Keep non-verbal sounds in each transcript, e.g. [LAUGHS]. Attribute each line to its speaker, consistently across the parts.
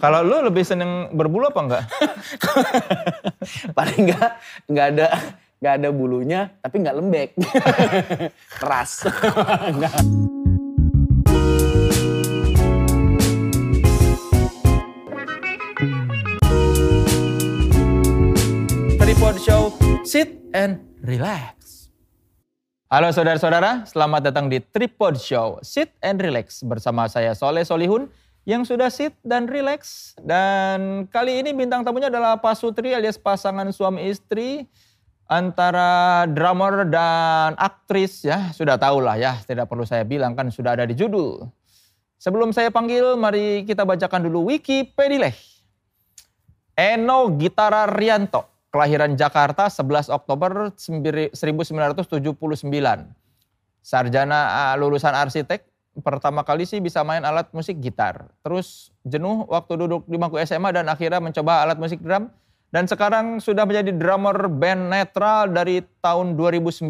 Speaker 1: Kalau lu lebih seneng berbulu apa [LAUGHS] enggak?
Speaker 2: paling nggak nggak ada nggak ada bulunya tapi nggak
Speaker 1: [LAUGHS]
Speaker 2: lembek keras Nggak.
Speaker 1: Tripod Show, sit and relax. Halo saudara-saudara, selamat datang di Tripod Show, sit and relax. Bersama saya Soleh Solihun yang sudah sit dan relax. Dan kali ini bintang tamunya adalah Pak Sutri alias pasangan suami istri antara drummer dan aktris ya. Sudah tahu lah ya, tidak perlu saya bilang kan sudah ada di judul. Sebelum saya panggil, mari kita bacakan dulu Wikipedileh. Eno Gitara Rianto, kelahiran Jakarta 11 Oktober 1979. Sarjana ah, lulusan arsitek, pertama kali sih bisa main alat musik gitar. Terus jenuh waktu duduk di bangku SMA dan akhirnya mencoba alat musik drum. Dan sekarang sudah menjadi drummer band netral dari tahun 2009.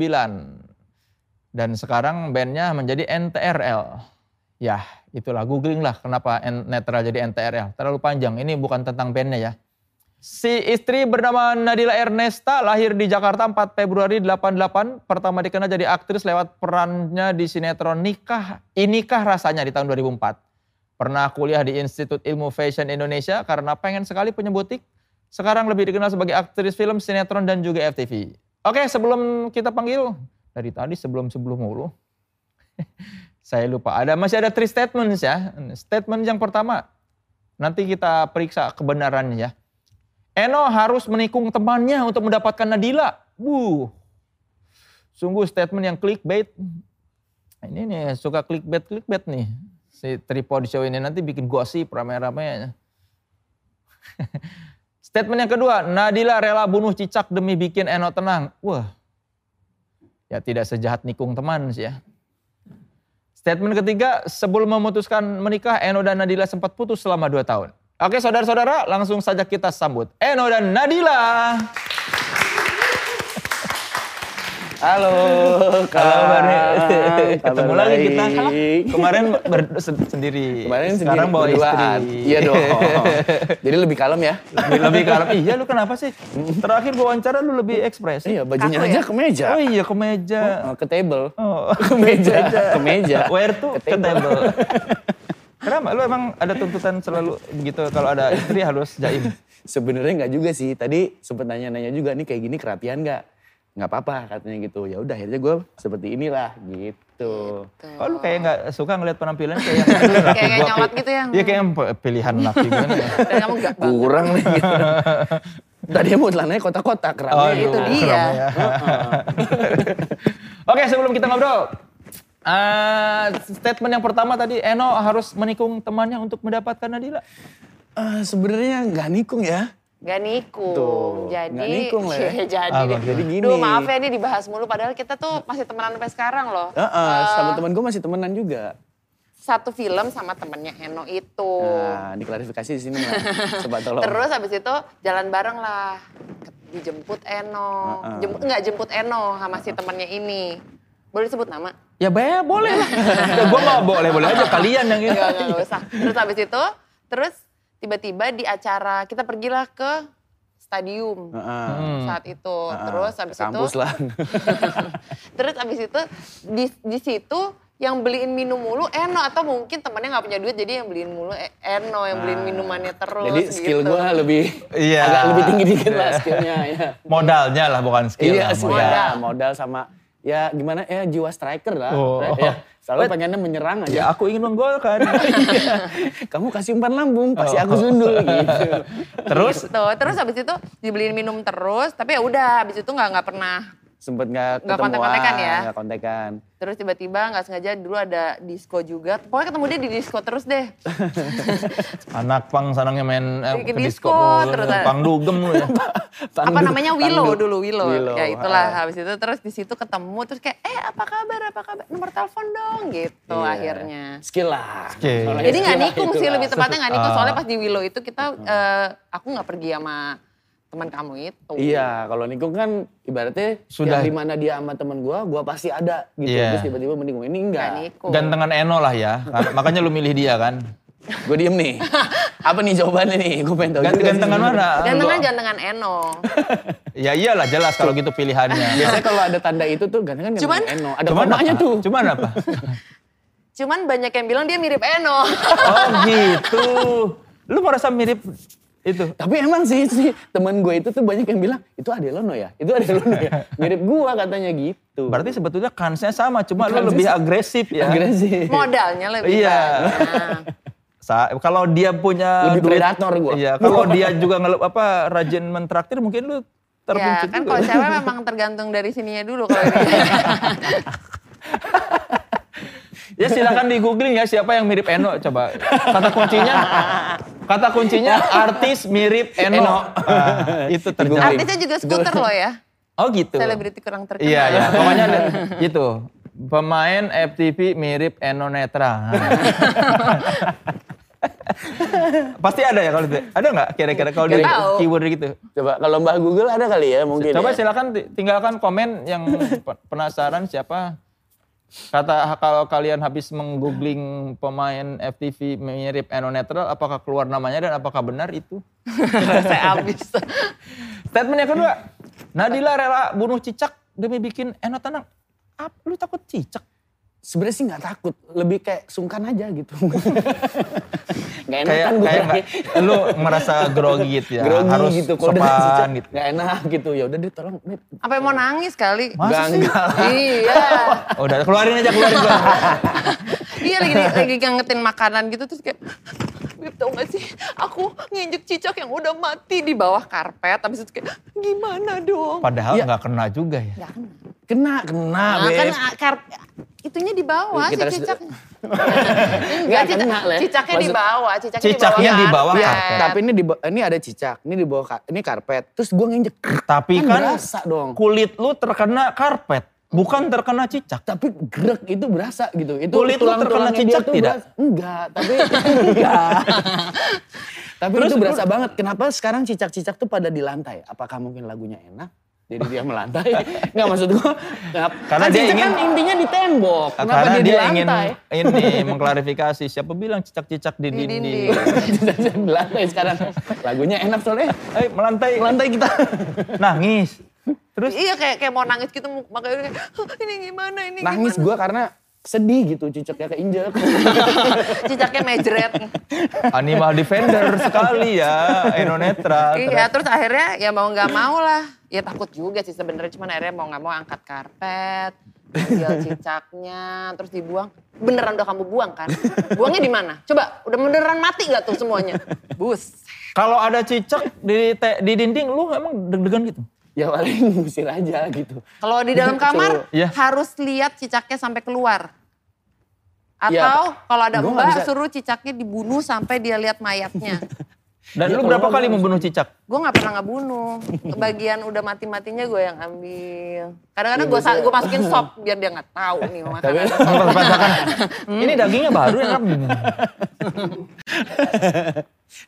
Speaker 1: Dan sekarang bandnya menjadi NTRL. Ya, itulah googling lah kenapa N- netral jadi NTRL. Terlalu panjang, ini bukan tentang bandnya ya. Si istri bernama Nadila Ernesta lahir di Jakarta 4 Februari 88. Pertama dikenal jadi aktris lewat perannya di sinetron Nikah Inikah Rasanya di tahun 2004. Pernah kuliah di Institut Ilmu Fashion Indonesia karena pengen sekali punya butik. Sekarang lebih dikenal sebagai aktris film, sinetron, dan juga FTV. Oke, sebelum kita panggil, dari tadi sebelum-sebelum mulu, [LAUGHS] saya lupa. Ada masih ada three statements ya. Statement yang pertama, nanti kita periksa kebenarannya ya. Eno harus menikung temannya untuk mendapatkan Nadila. Buh. Sungguh statement yang clickbait. Nah, Ini nih suka clickbait clickbait nih. Si tripod show ini nanti bikin gosip rame-rame. statement yang kedua, Nadila rela bunuh cicak demi bikin Eno tenang. Wah. Ya tidak sejahat nikung teman sih ya. Statement ketiga, sebelum memutuskan menikah, Eno dan Nadila sempat putus selama 2 tahun. Oke saudara-saudara, langsung saja kita sambut Eno dan Nadila.
Speaker 2: halo
Speaker 1: Halo Mbak Ni. Ketemu
Speaker 2: Kabar
Speaker 1: lagi
Speaker 2: baik.
Speaker 1: kita. Kemarin ber- se- sendiri.
Speaker 2: kemarin
Speaker 1: Sekarang
Speaker 2: sendiri
Speaker 1: bawa
Speaker 2: berduaan.
Speaker 1: istri.
Speaker 2: iya dong
Speaker 1: [LAUGHS]
Speaker 2: jadi lebih kalem ya
Speaker 1: lebih, lebih kalem. Iya lu kenapa sih? Terakhir wawancara lu lebih ekspresif.
Speaker 2: iya bajunya
Speaker 3: Kaku ya?
Speaker 2: aja ke meja
Speaker 1: Oh iya ke meja.
Speaker 2: Oh, Iya. ke
Speaker 1: [LAUGHS]
Speaker 2: table
Speaker 1: Oh.
Speaker 2: ke meja ke meja
Speaker 1: [LAUGHS] Where to?
Speaker 2: Ke
Speaker 1: Ke table. Kenapa? Lu emang ada tuntutan selalu begitu kalau ada istri harus jaim?
Speaker 2: sebenarnya nggak juga sih tadi sempet nanya-nanya juga nih kayak gini kerapian nggak nggak apa-apa katanya gitu ya udah akhirnya gue seperti inilah gitu
Speaker 1: Oh lu kayak nggak suka ngeliat penampilan kayak yang
Speaker 3: Kayak nggak Iya, nyawat gitu ya?
Speaker 1: Iya kayak yang pe- pilihan laki gue. nih.
Speaker 3: Dan kamu enggak banget.
Speaker 2: kurang nih
Speaker 1: [LAUGHS]
Speaker 2: gitu. Tadinya mau celananya kotak-kotak
Speaker 1: Oh,
Speaker 2: rame. gitu.
Speaker 3: itu dia.
Speaker 1: Keren ya. [LAUGHS] Oke sebelum kita ngobrol. eh, statement yang pertama tadi Eno harus menikung temannya untuk mendapatkan Nadila.
Speaker 2: Eh, sebenarnya nggak nikung ya.
Speaker 3: Gak nikung.
Speaker 2: Tuh,
Speaker 3: jadi,
Speaker 2: nggak nikung lah ya.
Speaker 3: [LAUGHS] Iya, jadi
Speaker 1: Ah,
Speaker 3: deh.
Speaker 1: bagus.
Speaker 2: Jadi gini.
Speaker 3: Duh maaf ya ini dibahas mulu padahal kita tuh masih temenan sampai sekarang loh.
Speaker 2: Heeh, sama
Speaker 3: Eh,
Speaker 2: teman gue masih temenan juga.
Speaker 3: Satu film sama temennya Eno itu.
Speaker 2: Nah, diklarifikasi di sini
Speaker 3: [LAUGHS]
Speaker 2: lah. Coba tolong.
Speaker 3: Oh. Terus habis itu jalan bareng lah. Dijemput Eno.
Speaker 2: Heeh.
Speaker 3: Jemput, enggak jemput Eno sama si temennya ini. Boleh disebut
Speaker 2: [LAUGHS]
Speaker 3: nama?
Speaker 1: Ya be, boleh [LAUGHS] lah. gue mau Ya, boleh-boleh aja kalian yang ini.
Speaker 3: Enggak, enggak, enggak usah. [LAUGHS] Terus habis itu, terus tiba-tiba di acara, kita pergilah ke stadium
Speaker 2: Heeh.
Speaker 3: saat itu.
Speaker 2: heeh.
Speaker 3: Terus habis itu,
Speaker 2: kampus lah.
Speaker 3: [LAUGHS] Terus abis itu di, di situ yang beliin minum mulu Eno atau mungkin temennya nggak punya duit jadi yang beliin mulu E- Eno yang beliin minumannya terus.
Speaker 2: Ah. Jadi skill
Speaker 3: gitu. Iya.
Speaker 2: gue lebih
Speaker 1: Iya.
Speaker 2: agak lebih tinggi dikit lah skillnya. Ya.
Speaker 1: Modalnya lah bukan skill. lah,
Speaker 2: Iya, semua
Speaker 1: modal.
Speaker 2: modal. modal sama ya gimana ya jiwa striker lah.
Speaker 1: Oh.
Speaker 2: Ya, selalu pengennya menyerang
Speaker 1: Ya
Speaker 2: aja.
Speaker 1: aku ingin menggolkan.
Speaker 2: [LAUGHS] Kamu kasih umpan lambung, pasti
Speaker 1: Oh.
Speaker 2: aku sundul gitu.
Speaker 1: Terus
Speaker 3: Gitu. Terus abis itu dibeliin minum terus tapi ya udah abis itu nggak nggak pernah.
Speaker 2: Sempet nggak
Speaker 3: Nggak
Speaker 2: ketemuan.
Speaker 3: kontak-kontakan ya?
Speaker 2: Nggak kontekan.
Speaker 3: Terus tiba-tiba nggak sengaja dulu ada disco juga. Pokoknya ketemu dia di disco terus deh.
Speaker 1: anak pang sanangnya main eh,
Speaker 3: Bikin
Speaker 1: ke disco,
Speaker 3: disco, terus ada-
Speaker 1: pang dugem lu ya.
Speaker 3: Apa
Speaker 2: Tanduk-
Speaker 3: namanya Willow
Speaker 2: tanduk.
Speaker 3: dulu Willow.
Speaker 2: Willow,
Speaker 3: Ya itulah
Speaker 2: ha.
Speaker 3: habis itu terus di situ ketemu terus kayak eh apa kabar apa kabar nomor telepon dong gitu
Speaker 2: Iya.
Speaker 3: akhirnya.
Speaker 2: Skill lah.
Speaker 1: Skill.
Speaker 2: Soalnya
Speaker 3: Jadi nggak
Speaker 1: iya,
Speaker 2: skill lah
Speaker 3: nikung
Speaker 2: itu
Speaker 3: sih
Speaker 2: lah.
Speaker 3: lebih tepatnya nggak nikung
Speaker 1: Ah.
Speaker 3: soalnya pas di Willow itu kita eh, aku nggak pergi sama teman kamu itu.
Speaker 2: Iya, kalau nikung kan ibaratnya
Speaker 1: Sudah.
Speaker 2: sudah di mana dia sama temen gua, gua pasti ada gitu.
Speaker 1: Iya.
Speaker 2: Terus tiba-tiba menikung ini
Speaker 3: Nggak
Speaker 2: enggak.
Speaker 3: nikung.
Speaker 1: Gantengan Eno lah ya. Makanya lu Nah, milih dia kan.
Speaker 2: Gue diem
Speaker 3: [LAUGHS]
Speaker 2: nih. Apa nih jawabannya nih? Gue pengen tahu. juga sih.
Speaker 1: Gantengan mana?
Speaker 3: Gantengan gantengan Eno.
Speaker 1: Ya iyalah jelas kalau gitu pilihannya.
Speaker 2: Biasanya kalau ada tanda itu tuh gantengan gantengan
Speaker 3: Cuman-
Speaker 2: Eno. [LAUGHS] Ada komanya
Speaker 1: apa?
Speaker 2: tuh.
Speaker 1: Cuman apa?
Speaker 3: Cuman banyak yang bilang dia mirip
Speaker 1: [LAUGHS]
Speaker 3: Eno.
Speaker 1: Oh gitu. Lu merasa mirip itu?
Speaker 2: Tapi emang sih, sih temen gue itu tuh banyak yang bilang, itu ada Lono ya? Itu ada Lono
Speaker 1: [LAUGHS]
Speaker 2: ya? Mirip gue katanya gitu.
Speaker 1: Berarti sebetulnya kansnya sama, cuma lu
Speaker 2: Kansnya
Speaker 1: lebih
Speaker 2: sama.
Speaker 1: agresif ya.
Speaker 2: Agresif.
Speaker 3: Modalnya lebih
Speaker 1: Iya.
Speaker 3: banyak.
Speaker 1: Sa- kalau dia punya
Speaker 2: Lebih predator gua.
Speaker 1: Iya,
Speaker 2: [LAUGHS]
Speaker 1: kalau dia juga ngelep apa rajin mentraktir mungkin lu
Speaker 3: Ya
Speaker 1: terpincit juga.
Speaker 3: kan
Speaker 1: Iya.
Speaker 3: kalau cewek memang tergantung dari sininya dulu kalau ini.
Speaker 1: [LAUGHS] Ya silakan di googling ya siapa yang mirip Eno coba. Kata
Speaker 3: [LAUGHS]
Speaker 1: kuncinya kata kuncinya artis mirip Eno.
Speaker 2: Eno.
Speaker 1: Ah, itu terjadi.
Speaker 2: Di-googling.
Speaker 3: Artisnya juga skuter loh ya.
Speaker 1: Oh gitu.
Speaker 3: Selebriti kurang terkenal.
Speaker 1: Iya, iya. Pokoknya ada- gitu. Pemain FTV mirip Eno
Speaker 3: [LAUGHS]
Speaker 1: Netra. Pasti ada ya kalau itu. Ada nggak kira-kira kalau di
Speaker 3: Nggak tahu.
Speaker 1: keyword gitu?
Speaker 2: Coba kalau Mbah Google ada kali ya mungkin
Speaker 1: Coba
Speaker 2: ya?
Speaker 1: silakan ti- tinggalkan komen yang pe- penasaran siapa kata kalau kalian habis menggoogling pemain FTV mirip Eno Netral apakah keluar namanya dan apakah benar itu?
Speaker 3: Saya habis.
Speaker 1: Statement yang kedua, Nadila rela bunuh cicak demi bikin Eno tenang. Ap, lu takut cicak?
Speaker 2: Sebenarnya sih nggak takut, lebih kayak sungkan aja gitu. [LAUGHS] gak
Speaker 1: Kayak
Speaker 2: enakan gue
Speaker 1: kayak nggak- lu merasa grogi gitu ya.
Speaker 2: kan grogi
Speaker 1: harus
Speaker 2: gitu. kalau udah
Speaker 1: sopan
Speaker 2: sejak
Speaker 1: gitu.
Speaker 2: Gak enak gitu, ya udah deh tolong. Dit.
Speaker 3: Sampai mau nangis kali.
Speaker 1: Masa
Speaker 2: Nggak,
Speaker 1: sih?
Speaker 2: nggak.
Speaker 3: Iya.
Speaker 1: Oh, udah keluarin aja keluarin. keluarin.
Speaker 3: Iya lagi lagi ngangetin makanan gitu terus kayak Beb tau gak sih aku nginjek cicak yang udah mati di bawah karpet. Habis itu kayak gimana dong?
Speaker 1: Padahal
Speaker 2: Iya.
Speaker 1: nggak kena juga ya.
Speaker 3: Gak kena.
Speaker 2: Kena, kena
Speaker 3: Nah,
Speaker 2: Beb.
Speaker 3: kan ah, karp- itunya di bawah
Speaker 2: Iya, Kita
Speaker 3: si
Speaker 2: harus- [LAUGHS]
Speaker 3: cicaknya.
Speaker 2: Nggak
Speaker 3: Enggak, cicak,
Speaker 2: kena, Le.
Speaker 3: cicaknya di
Speaker 2: Maksud-
Speaker 3: bawah, cicaknya,
Speaker 1: Cicaknya di bawah
Speaker 2: Iya,
Speaker 1: karpet.
Speaker 2: tapi ini di ba- ini ada cicak, ini di bawah ka- ini karpet. Terus gue nginjek.
Speaker 1: Tapi
Speaker 2: Kan
Speaker 1: kan
Speaker 2: berasa dong.
Speaker 1: kulit lu terkena karpet, bukan terkena cicak.
Speaker 2: Tapi grek itu berasa gitu. Itu
Speaker 1: Kulit lu terkena
Speaker 2: tulang-tulangnya dia
Speaker 1: cicak
Speaker 2: tuh
Speaker 1: tidak?
Speaker 2: berasa- Enggak,
Speaker 1: [LAUGHS]
Speaker 2: tapi enggak. [LAUGHS] tapi
Speaker 1: Terus
Speaker 2: itu
Speaker 1: lu-
Speaker 2: berasa banget. Kenapa sekarang cicak-cicak tuh pada di lantai? Apakah mungkin lagunya enak? Jadi dia
Speaker 1: [LAUGHS]
Speaker 2: melantai. Enggak maksud gua. kenapa-
Speaker 1: Karena
Speaker 2: kan
Speaker 1: dia
Speaker 2: cicak
Speaker 1: ingin-
Speaker 2: kan intinya di tembok. Kenapa
Speaker 1: Karena dia,
Speaker 2: dia, di
Speaker 1: ingin
Speaker 2: lantai? [LAUGHS]
Speaker 1: ini mengklarifikasi siapa bilang cicak-cicak di
Speaker 3: Di
Speaker 1: dinding.
Speaker 3: dinding.
Speaker 2: Cicak-cicak [LAUGHS] di lantai sekarang. Lagunya enak soalnya.
Speaker 1: Eh melantai
Speaker 2: Lantai
Speaker 1: [LAUGHS]
Speaker 2: kita.
Speaker 1: nangis. Terus
Speaker 3: Iya kayak kayak mau nangis gitu makanya udah kayak ini gimana ini
Speaker 2: nangis
Speaker 3: gimana?"
Speaker 2: gue karena sedih gitu cicaknya keinjek.
Speaker 3: Cicaknya mejret.
Speaker 1: animal defender sekali ya Eno Netral.
Speaker 3: iya terus akhirnya ya mau nggak mau lah. Ya takut juga sih sebenarnya cuman akhirnya mau nggak mau angkat karpet. Ambil cicaknya, terus dibuang. Beneran udah kamu buang kan? Buangnya di mana? Coba, udah beneran mati gak tuh semuanya? Bus.
Speaker 1: Kalau ada cicak di te- di dinding lu emang deg-degan gitu.
Speaker 2: [LAUGHS] ya paling ngusir aja gitu.
Speaker 3: Kalau di
Speaker 2: [LAUGHS]
Speaker 3: dalam
Speaker 2: Gitu.
Speaker 3: kamar
Speaker 1: Iya.
Speaker 3: harus lihat cicaknya sampai keluar. Atau
Speaker 2: Iya,
Speaker 3: kalau ada
Speaker 2: gua nggak
Speaker 3: mbak
Speaker 2: bisa.
Speaker 3: suruh cicaknya dibunuh sampai dia lihat mayatnya.
Speaker 1: Dan
Speaker 2: Ya,
Speaker 1: lu
Speaker 2: kalau
Speaker 1: berapa
Speaker 2: nggak
Speaker 1: kali
Speaker 2: lu-
Speaker 1: membunuh cicak?
Speaker 3: gue nggak pernah ngebunuh. Bagian udah mati-matinya gue yang ambil. Kadang-kadang
Speaker 2: Iya,
Speaker 3: gue
Speaker 2: biasanya.
Speaker 3: gue masukin sop biar dia nggak tahu
Speaker 1: [LAUGHS]
Speaker 3: nih makanan.
Speaker 2: [LAUGHS] Hmm.
Speaker 1: Ini dagingnya baru enak. gitu.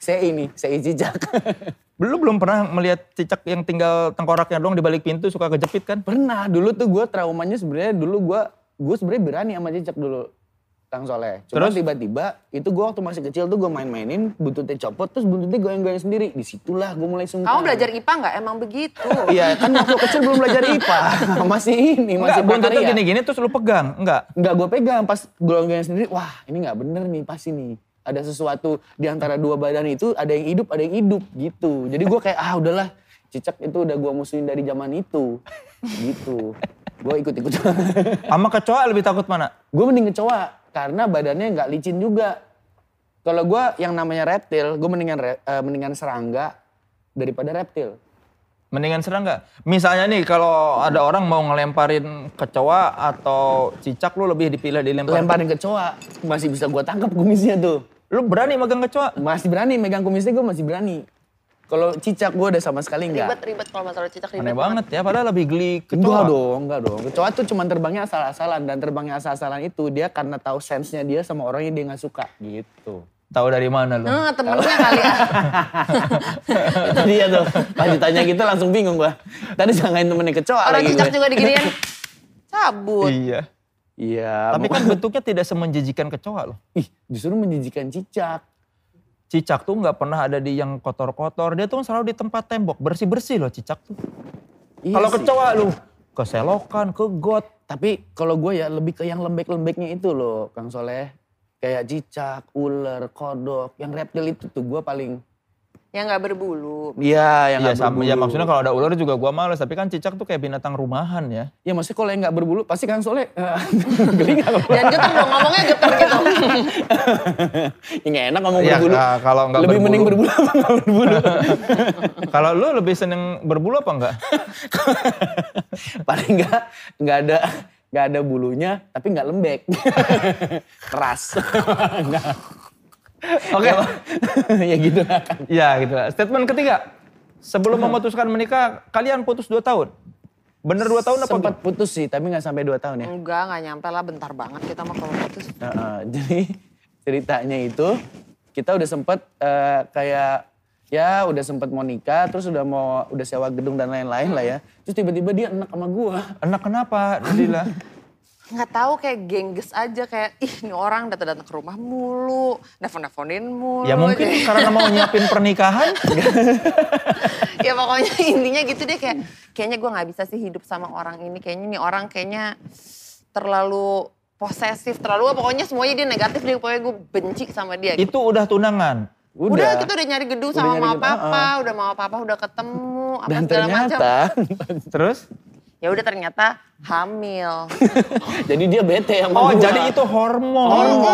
Speaker 2: Saya ini, saya cicak. [LAUGHS]
Speaker 1: Belum belum pernah melihat cicak yang tinggal tengkoraknya doang di balik pintu suka kejepit kan?
Speaker 2: Pernah dulu tuh gue traumanya sebenarnya dulu gue gue sebenarnya berani sama cicak dulu. Kang Soleh. Cuma
Speaker 1: Terus?
Speaker 2: tiba-tiba itu gue waktu masih kecil tuh gue main-mainin buntutnya copot terus buntutnya goyang-goyang sendiri. Disitulah gue mulai sungkan.
Speaker 3: Kamu belajar IPA nggak? Emang begitu.
Speaker 2: Iya kan waktu kecil belum belajar IPA. [LAUGHS] masih ini,
Speaker 1: Enggak,
Speaker 2: masih
Speaker 1: buntutnya
Speaker 2: prakarya.
Speaker 1: gini-gini terus lu pegang. Enggak.
Speaker 2: Nggak gue pegang, pas golongan sendiri, wah ini nggak bener nih pasti nih. Ada sesuatu di antara dua badan itu, ada yang hidup, ada yang hidup gitu. Jadi gue kayak, ah udahlah cicak itu udah gue musuhin dari zaman itu. Gitu. Gue ikut-ikut. [LAUGHS]
Speaker 1: Sama kecoa lebih takut mana?
Speaker 2: gue mending kecoa, karena badannya nggak licin juga. Kalau gue yang namanya reptil, gue mendingan, re- eh, mendingan serangga daripada reptil.
Speaker 1: Mendingan serangga. Misalnya nih kalau ada orang mau ngelemparin kecoa atau cicak lu lebih dipilih dilempar.
Speaker 2: Lemparin kecoa, masih bisa gue tangkap kumisnya tuh.
Speaker 1: Lu berani megang kecoa?
Speaker 2: Masih berani, megang kumisnya gue masih berani. Kalau cicak gue udah sama sekali nggak.
Speaker 3: Ribet-ribet kalau masalah cicak ribet.
Speaker 1: Iya. Aneh banget ya, padahal lebih geli
Speaker 2: Enggak
Speaker 1: kecoa.
Speaker 2: dong, enggak dong. Kecoa tuh cuman terbangnya asal-asalan dan terbangnya asal-asalan itu dia karena tahu sense-nya dia sama orangnya dia nggak suka
Speaker 1: [LAUGHS]
Speaker 2: gitu.
Speaker 1: Tahu dari mana lu?
Speaker 3: Eh, temennya kali
Speaker 1: [LAUGHS]
Speaker 3: ya.
Speaker 2: itu dia tuh. Pas ditanya gitu langsung bingung gua. Tadi sangkain temennya kecoa
Speaker 3: Orang
Speaker 2: lagi
Speaker 3: cicak
Speaker 2: gue.
Speaker 3: juga diginiin. Cabut.
Speaker 1: Iya.
Speaker 2: Iya.
Speaker 1: Tapi
Speaker 2: mau-
Speaker 1: kan bentuknya tidak semenjijikan kecoa loh.
Speaker 2: ih justru menjijikan cicak.
Speaker 1: Cicak tuh nggak pernah ada di yang kotor-kotor. Dia tuh selalu di tempat tembok bersih-bersih loh cicak tuh.
Speaker 2: Iya
Speaker 1: Kalau
Speaker 2: sih.
Speaker 1: kecoa lu ke selokan, ke got.
Speaker 2: Tapi kalau gue ya lebih ke yang lembek-lembeknya itu loh, Kang Soleh. Kayak cicak, ular, kodok, yang reptil itu tuh gue paling.
Speaker 3: Yang Ya nggak berbulu.
Speaker 2: Iya, yang
Speaker 1: Iya
Speaker 2: nggak
Speaker 1: sama ya
Speaker 2: berbulu.
Speaker 1: maksudnya kalau ada ular juga gua males, tapi kan cicak tuh kayak binatang rumahan ya. [LAUGHS]
Speaker 2: Ya maksudnya kalau yang nggak berbulu pasti Kang Soleh eh, [LAUGHS] geli nggak?
Speaker 1: [LAUGHS]
Speaker 2: kalau-
Speaker 3: Dan getar dong ngomongnya getar gitu.
Speaker 2: [LAUGHS] Ya nggak enak ngomong
Speaker 1: Iya,
Speaker 2: berbulu.
Speaker 1: ka- kalau nggak
Speaker 2: lebih
Speaker 1: berbulu.
Speaker 2: mending berbulu apa nggak
Speaker 1: [LAUGHS]
Speaker 2: berbulu?
Speaker 1: Kalau lu lebih seneng berbulu apa enggak?
Speaker 2: paling nggak nggak ada nggak ada bulunya tapi nggak
Speaker 1: [LAUGHS]
Speaker 2: lembek keras
Speaker 1: Oke.
Speaker 2: [LAUGHS] ya gitu lah Kang.
Speaker 1: Ya gitu lah. Statement ketiga. Sebelum memutuskan menikah, kalian putus 2 tahun. Bener 2 tahun apa?
Speaker 2: sempat putus sih tapi nggak sampai 2 tahun ya
Speaker 3: Enggak, nggak nyampe lah bentar banget kita mah kalau putus.
Speaker 2: Heeh, [LAUGHS] jadi ceritanya itu kita udah sempet eh, kayak ya udah sempet mau nikah terus udah mau udah sewa gedung dan lain-lain lah ya terus tiba-tiba dia enak sama gua
Speaker 1: Enak kenapa? Dila.
Speaker 3: Nggak tahu kayak gengges aja kayak ih ini orang datang-datang ke rumah mulu, nelfon-nelfonin mulu.
Speaker 1: ya mungkin karena mau nyiapin pernikahan.
Speaker 3: ya pokoknya [LAUGHS] intinya gitu deh kayak kayaknya gue nggak bisa sih hidup sama orang ini kayaknya nih orang kayaknya terlalu posesif terlalu pokoknya semuanya dia negatif deh pokoknya gue benci sama dia gitu.
Speaker 1: Itu udah tunangan.
Speaker 3: udah, kita udah nyari gedung
Speaker 2: Udah
Speaker 3: sama
Speaker 2: nyari
Speaker 3: mama
Speaker 2: gedung,
Speaker 3: papa
Speaker 2: uh-uh.
Speaker 3: udah mama papa udah ketemu apa
Speaker 2: dan
Speaker 3: segala macam
Speaker 2: ternyata [LAUGHS]
Speaker 1: Terus?
Speaker 3: ya udah ternyata hamil
Speaker 2: jadi dia bete sama
Speaker 1: Oh,
Speaker 2: gua.
Speaker 1: jadi itu hormon.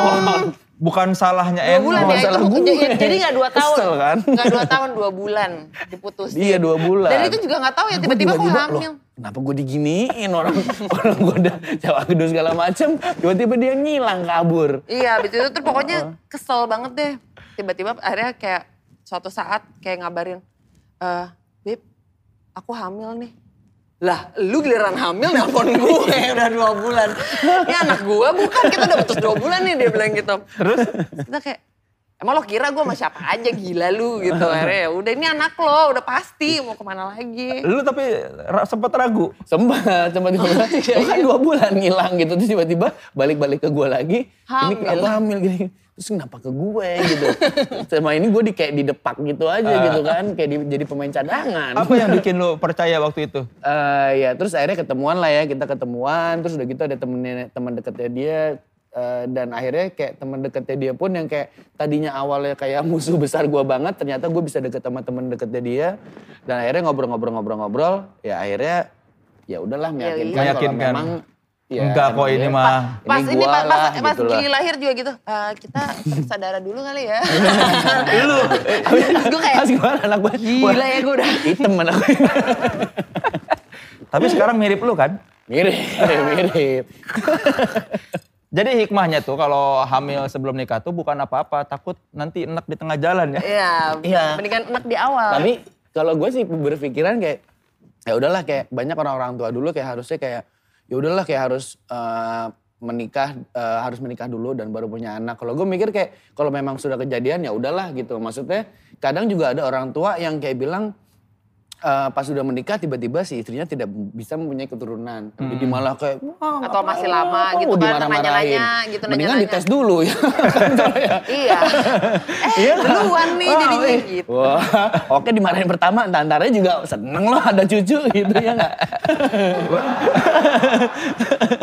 Speaker 1: Bukan salahnya
Speaker 3: dua
Speaker 1: Eno.
Speaker 3: bulan
Speaker 2: Bukan
Speaker 3: ya itu
Speaker 2: salah
Speaker 3: hu-
Speaker 2: gue.
Speaker 3: jadi- jadi nggak dua tahun
Speaker 2: Kesel kan?
Speaker 3: nggak dua tahun dua bulan diputusin
Speaker 2: Iya, dua bulan.
Speaker 3: dan itu juga nggak tahu ya
Speaker 2: Gua
Speaker 3: tiba-tiba kok
Speaker 2: tiba-tiba,
Speaker 3: hamil
Speaker 2: "Loh, kenapa gue diginiin orang [LAUGHS] orang gue udah sewa gedung segala macem, tiba-tiba dia ngilang kabur.
Speaker 3: Iya, abis itu tuh pokoknya kesel banget deh. Tiba-tiba akhirnya kayak suatu saat kayak ngabarin, eh Bib, aku hamil nih. Lah, lu giliran hamil nelfon gue udah dua bulan. Ini anak gue bukan, kita udah putus dua bulan nih dia bilang gitu. Terus? Kita kayak, emang lo kira gue sama siapa aja gila lu gitu. Akhirnya ya udah ini anak lo, udah pasti mau kemana lagi.
Speaker 1: Lu tapi ra- sempat ragu.
Speaker 2: Sempat, sempat tiba-tiba,
Speaker 3: [LAUGHS] Iya,
Speaker 2: "Lo kan dua bulan ngilang gitu, terus tiba-tiba balik-balik ke gue lagi, ini
Speaker 3: Hamil.
Speaker 2: kenapa hamil gini, terus kenapa ke gue gitu. Sama ini gue di, kayak didepak gitu aja
Speaker 3: Ah.
Speaker 2: gitu kan, kayak di- jadi pemain cadangan.
Speaker 1: Apa yang bikin lu percaya waktu itu?
Speaker 2: Eh, ya terus akhirnya ketemuan lah ya kita ketemuan terus udah gitu ada temennya teman deketnya dia eh, dan akhirnya kayak teman deketnya dia pun yang kayak tadinya awalnya kayak [LAUGHS] musuh besar gua banget ternyata gue bisa deket sama teman deketnya dia dan akhirnya ngobrol-ngobrol-ngobrol-ngobrol ya akhirnya ya udahlah meyakinkan, kalau
Speaker 1: Meyakinkan.
Speaker 2: memang ya,
Speaker 1: Enggak kok
Speaker 2: emang
Speaker 1: ini
Speaker 2: dia-
Speaker 1: mah.
Speaker 3: iya. Pas ini,
Speaker 2: gua
Speaker 3: pas, pas,
Speaker 2: lah,
Speaker 3: pas
Speaker 2: gitu lah.
Speaker 3: Gili
Speaker 2: [LAUGHS]
Speaker 3: lahir juga gitu, "Eh, kita periksa darah dulu kali ya.
Speaker 1: Lu
Speaker 3: gue kayak,
Speaker 2: Pas gua anak gue
Speaker 3: Gila ya gue udah.
Speaker 2: hitam anak gue
Speaker 1: tapi sekarang mirip lu kan?
Speaker 2: [LAUGHS] mirip mirip
Speaker 1: Jadi hikmahnya tuh kalau hamil sebelum nikah tuh bukan apa-apa, takut nanti enak di tengah jalan
Speaker 2: [LAUGHS]
Speaker 1: ya.
Speaker 3: Iya,
Speaker 2: Iya.
Speaker 3: mendingan enak di awal.
Speaker 2: Tapi kalau gue sih berpikiran kayak ya udahlah kayak banyak orang-orang tua dulu kayak harusnya kayak ya udahlah kayak harus eh, menikah eh, harus menikah dulu dan baru punya anak. Kalau gue mikir kayak kalau memang sudah kejadian ya udahlah gitu. Maksudnya kadang juga ada orang tua yang kayak bilang eh, pas sudah menikah tiba-tiba si istrinya tidak bisa mempunyai keturunan. Jadi malah kayak "Wah,
Speaker 3: Atau masih
Speaker 2: ngapain
Speaker 3: lama
Speaker 2: kamu
Speaker 3: gitu kan,
Speaker 2: dimarah-marahin."
Speaker 3: nanya-nanya gitu,
Speaker 2: Mendingan
Speaker 3: nanya-nanya.
Speaker 2: dites dulu ya.
Speaker 3: iya.
Speaker 2: [LAUGHS]
Speaker 3: Eh, duluan nih
Speaker 2: Wah,
Speaker 3: jadinya
Speaker 2: Iya. eh.
Speaker 3: gitu.
Speaker 2: Wah, oke dimarahin pertama, antaranya juga seneng loh ada cucu gitu ya nggak?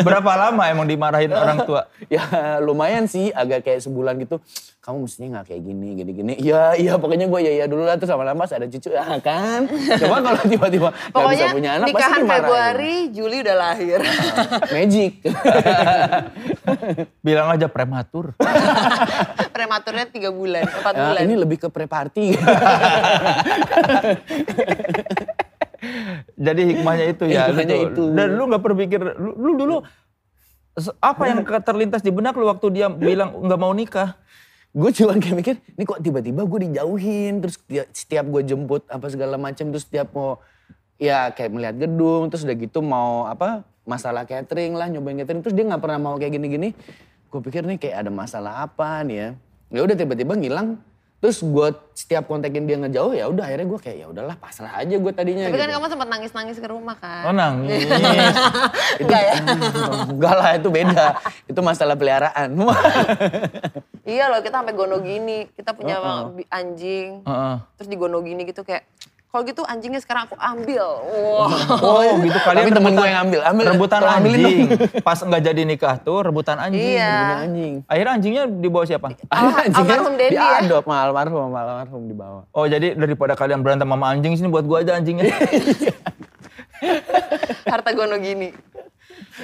Speaker 1: Berapa lama emang dimarahin orang tua?
Speaker 2: [LAUGHS] ya lumayan sih, agak kayak sebulan gitu. Kamu mestinya nggak kayak gini, gini-gini. Ya, iya pokoknya gue ya ya dulu lah terus lama-lama pas ada cucu ya kan. Coba kalau [LAUGHS] tiba-tiba nggak bisa
Speaker 3: Pokoknya
Speaker 2: punya anak pasti Ah.
Speaker 3: nikahan
Speaker 2: dimarahin.
Speaker 3: Februari, Juli udah lahir.
Speaker 2: Magic.
Speaker 1: Bilang aja prematur.
Speaker 3: [LAUGHS] Prematurnya tiga bulan, empat
Speaker 2: Ya,
Speaker 3: bulan.
Speaker 2: ini lebih ke pre-party. [LAUGHS]
Speaker 1: Jadi hikmahnya itu ya. lu
Speaker 2: Hikmahnya
Speaker 1: tuh.
Speaker 2: itu.
Speaker 1: Dan lu nggak berpikir, lu, lu dulu se- apa yang ke- terlintas di benak lu waktu dia bilang nggak mau nikah?
Speaker 2: gue cuman kayak mikir, ini kok tiba-tiba gue dijauhin, terus dia- setiap gue jemput apa segala macam, terus setiap mau ya kayak melihat gedung, terus udah gitu mau apa masalah catering lah, nyobain catering, terus dia nggak pernah mau kayak gini-gini. Gue pikir nih kayak ada masalah apa nih ya. Ya udah tiba-tiba ngilang Terus gue setiap kontekin dia ngejauh ya udah akhirnya gue kayak ya udahlah pasrah aja gue tadinya.
Speaker 3: Tapi kan
Speaker 2: gitu.
Speaker 3: kamu sempat nangis-nangis ke rumah
Speaker 2: Ah.
Speaker 3: kan?
Speaker 1: Oh nangis.
Speaker 2: [LAUGHS] itu, [LAUGHS] enggak lah itu beda. itu masalah peliharaan. [LAUGHS]
Speaker 3: Iya loh, kita sampai gono gini. Kita punya
Speaker 2: Oh,
Speaker 3: bi- anjing.
Speaker 1: Heeh.
Speaker 3: Terus di gono gini gitu kayak, kalau gitu anjingnya sekarang aku ambil. Wah.
Speaker 2: [LAUGHS]
Speaker 1: Oh gitu kalian
Speaker 2: Tapi temen
Speaker 1: rebutan-
Speaker 2: gue yang ambil, ambil.
Speaker 1: rebutan
Speaker 2: Tolong ambilin
Speaker 1: anjing. [LAUGHS] Pas nggak jadi nikah tuh rebutan anjing.
Speaker 3: Iya.
Speaker 2: Punya anjing.
Speaker 1: Akhirnya anjingnya dibawa siapa?
Speaker 3: Alma- almarhum Dedi ya?
Speaker 2: Ah, kan? Diadop, sama almarhum, sama almarhum dibawa.
Speaker 1: Oh jadi daripada kalian berantem sama anjing sini buat gua aja
Speaker 2: [LAUGHS]
Speaker 1: anjingnya.
Speaker 3: Harta gono gini.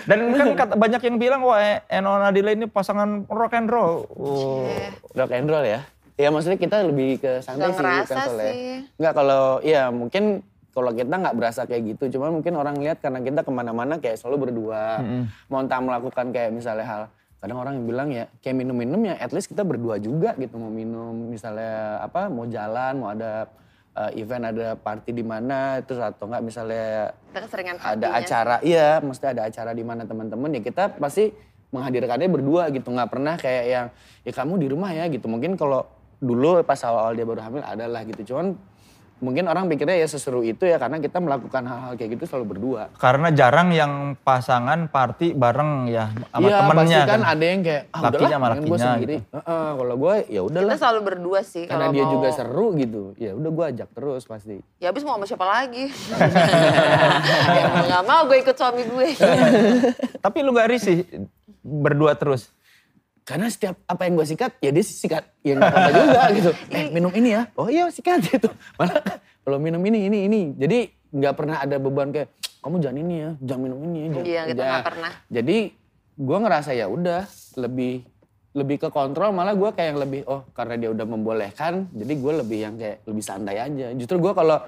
Speaker 1: Dan kan kata- banyak yang bilang wah E- Eno Nadila ini pasangan rock and roll. Oh.
Speaker 2: Rock and roll ya? Ya maksudnya kita lebih ke santai
Speaker 3: Nggak
Speaker 2: sih.
Speaker 3: ngerasa
Speaker 2: bukan soal ya.
Speaker 3: sih.
Speaker 2: Nggak kalau, ya mungkin kalau kita nggak berasa kayak gitu. Cuman mungkin orang lihat karena kita kemana-mana kayak selalu berdua. Mau entah melakukan kayak misalnya hal, kadang orang yang bilang ya kayak minum-minum ya at least kita berdua juga gitu. Mau minum misalnya apa, mau jalan, mau ada eh, event, ada party di mana. Terus atau nggak misalnya
Speaker 3: Kita keseringan
Speaker 2: ada
Speaker 3: partinya.
Speaker 2: acara iya mesti ada acara di mana teman-teman ya kita pasti menghadirkannya berdua gitu nggak pernah kayak yang ya kamu di rumah ya gitu mungkin kalau dulu pas awal-awal dia baru hamil adalah gitu cuman mungkin orang pikirnya ya seseru itu ya karena kita melakukan hal-hal kayak gitu selalu berdua
Speaker 1: Karena jarang yang pasangan party bareng ya sama
Speaker 2: Iya,
Speaker 1: temennya.
Speaker 2: pasti kan,
Speaker 1: kan.
Speaker 2: ada yang kayak ah,
Speaker 1: Lakinya
Speaker 2: udahlah
Speaker 1: sama
Speaker 2: mendingan gua
Speaker 1: lakinya gitu.
Speaker 2: sendiri Heeh, kalau gue ya
Speaker 3: Kita
Speaker 2: udahlah
Speaker 3: selalu berdua sih
Speaker 2: karena
Speaker 3: kalau
Speaker 2: dia
Speaker 3: mau.
Speaker 2: juga seru gitu ya udah gue ajak terus pasti
Speaker 3: Ya abis mau sama siapa lagi? [LAUGHS] ya mau gak mau gue ikut suami
Speaker 2: [LAUGHS]
Speaker 3: gue.
Speaker 1: Tapi lu gak risih berdua terus.
Speaker 2: karena setiap apa yang gue sikat ya dia sikat ya nggak apa-apa juga
Speaker 3: [LAUGHS]
Speaker 2: gitu eh minum ini ya oh iya sikat gitu malah kalau minum ini ini ini jadi nggak pernah ada beban kayak kamu jangan ini ya jangan minum ini ya jangan-
Speaker 3: Iya, kita nggak
Speaker 2: jangan."
Speaker 3: pernah.
Speaker 2: jadi gue ngerasa ya udah lebih lebih ke kontrol malah gue kayak yang lebih oh karena dia udah membolehkan jadi gue lebih yang kayak lebih santai aja justru gue kalau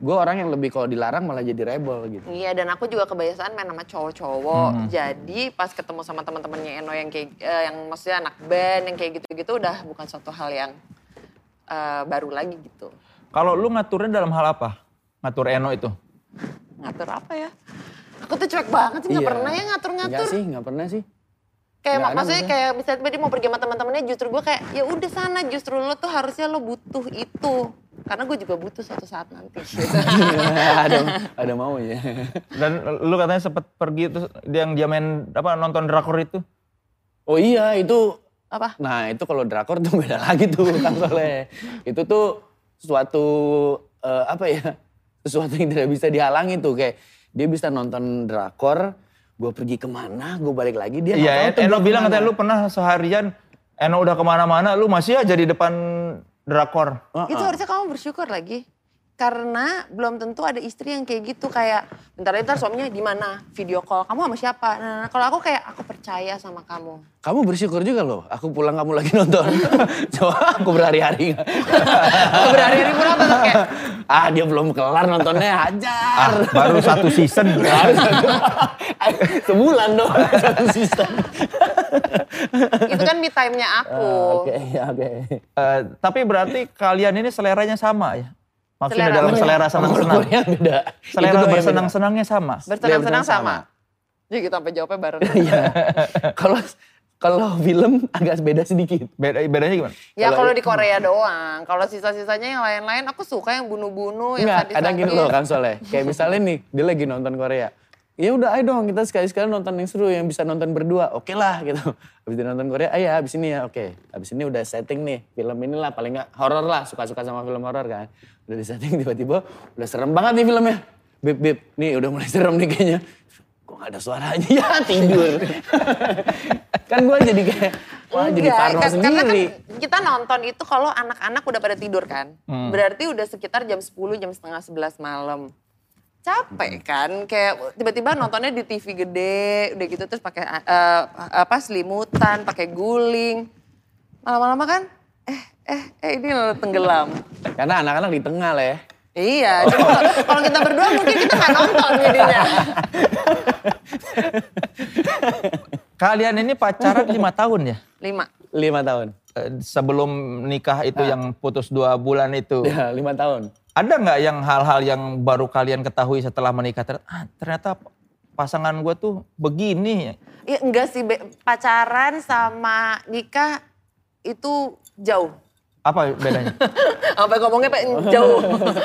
Speaker 2: gue orang yang lebih kalau dilarang malah jadi rebel gitu
Speaker 3: Iya dan aku juga kebiasaan main sama cowok-cowok.
Speaker 2: Hmm.
Speaker 3: Jadi pas ketemu sama teman-temannya Eno yang kayak eh, yang maksudnya anak band yang kayak gitu-gitu udah bukan suatu hal yang eh, baru lagi gitu.
Speaker 1: Kalau lu ngaturnya dalam hal apa? Ngatur Eno itu.
Speaker 3: Ngatur apa ya? Aku tuh cuek banget sih nggak
Speaker 2: Iya.
Speaker 3: pernah ya ngatur-ngatur.
Speaker 2: nggak sih nggak pernah sih [LAUGHS] Nggak
Speaker 3: Kayak
Speaker 2: ada
Speaker 3: maksudnya
Speaker 2: maksudnya.
Speaker 3: kayak misalnya tiba dia mau pergi sama teman-temannya justru gue kayak ya udah sana justru lo tuh harusnya lo butuh itu. Karena gue juga butuh suatu saat nanti.
Speaker 2: [LAUGHS] ada ada mau ya
Speaker 1: Dan lu katanya sempet pergi terus dia yang dia main apa nonton drakor itu.
Speaker 2: Oh iya itu
Speaker 3: Apa?
Speaker 2: Nah itu kalau drakor tuh beda lagi tuh [LAUGHS] Kang Soleh. itu tuh suatu eh, apa ya? Sesuatu yang tidak bisa dihalangi tuh kayak dia bisa nonton drakor, gue pergi kemana, gue balik lagi dia. nggak
Speaker 1: Iya,
Speaker 2: tahu tuh
Speaker 1: Eno
Speaker 2: gua
Speaker 1: bilang
Speaker 2: kemana.
Speaker 1: katanya lu pernah seharian Eno udah kemana-mana, lu masih aja di depan drakor.
Speaker 3: Itu harusnya kamu bersyukur lagi. Karena belum tentu ada istri yang kayak gitu kayak bentar lagi ntar suaminya di mana video call kamu sama siapa. Nah, nah, nah. kalau aku kayak aku percaya sama kamu.
Speaker 2: Kamu bersyukur juga loh, aku pulang kamu lagi nonton. [LAUGHS] Coba aku
Speaker 3: [LAUGHS]
Speaker 2: berhari-hari.
Speaker 3: Berhari-hari pun apa tuh kayak
Speaker 2: [LAUGHS] ah dia belum kelar nontonnya,
Speaker 1: Ah,
Speaker 2: hajar.
Speaker 1: baru satu season.
Speaker 2: [LAUGHS] Sebulan dong, [LAUGHS] satu season.
Speaker 1: [LAUGHS]
Speaker 3: itu kan me time-nya aku.
Speaker 2: Ah, Oke, Iya, oke.
Speaker 1: Eh, tapi [LAUGHS] berarti kalian ini seleranya sama ya? Maksudnya
Speaker 3: Selera.
Speaker 1: dalam selera senang-senang.
Speaker 2: Korea beda. Itu
Speaker 1: Selera
Speaker 2: doang yang beda.
Speaker 1: bersenang-senangnya sama.
Speaker 3: Bersenang-senang
Speaker 2: Bersenang-senang
Speaker 3: sama.
Speaker 2: sama.
Speaker 3: Jadi kita sampai jawabnya
Speaker 2: [LAUGHS]
Speaker 3: bareng.
Speaker 2: Iya. Kalau kalau film agak beda sedikit.
Speaker 1: Beda- bedanya gimana?
Speaker 3: ya
Speaker 2: Kalau-
Speaker 3: kalau di Korea doang. Kalau sisa-sisanya yang lain-lain aku suka yang bunuh-bunuh, yang
Speaker 2: Enggak, kadang gini loh
Speaker 3: sadis-sadis.
Speaker 2: Kang Soleh. Kayak misalnya nih, dia lagi nonton Korea. Ya udah ayo dong kita sekali-sekali nonton yang seru yang bisa nonton berdua. Oke lah gitu. Habis dia nonton Korea, ayo habis ini ya. Oke. Habis ini udah setting nih. Film inilah paling enggak horor lah, suka-suka sama film horor kan. Udah di setting tiba-tiba udah serem banget nih filmnya. Bip bip. Nih udah mulai serem nih kayaknya. Kok gak ada suaranya? [LAUGHS] Ya tidur. kan gua jadi kayak wah jadi
Speaker 3: Enggak,
Speaker 2: parno
Speaker 3: ka- karena
Speaker 2: sendiri.
Speaker 3: kan kita nonton itu kalau anak-anak udah pada tidur kan.
Speaker 2: Hmm.
Speaker 3: Berarti udah sekitar jam 10, jam setengah 11 malam.
Speaker 2: Hmm.
Speaker 3: Capek kan, kayak tiba-tiba nontonnya di TV gede, udah gitu terus pakai eh, apa selimutan, pakai guling. Lama-lama kan, eh eh eh ini lo tenggelam.
Speaker 2: Karena anak-anak di tengah lah ya.
Speaker 3: Iya, jadi kalau- kalau kita berdua mungkin kita nggak nonton jadinya.
Speaker 1: Kalian ini pacaran lima tahun ya?
Speaker 3: Lima.
Speaker 2: Lima tahun.
Speaker 1: Eh, Sebelum nikah itu yang putus dua bulan itu.
Speaker 2: Ya, lima tahun.
Speaker 1: Ada nggak yang hal-hal yang baru kalian ketahui setelah menikah? Ternyata, ah, ternyata pasangan gue tuh begini ya.
Speaker 3: Ya enggak sih, Be. pacaran sama nikah itu jauh.
Speaker 1: Apa [LAUGHS] bedanya?
Speaker 3: Apa ngomongnya Pak jauh.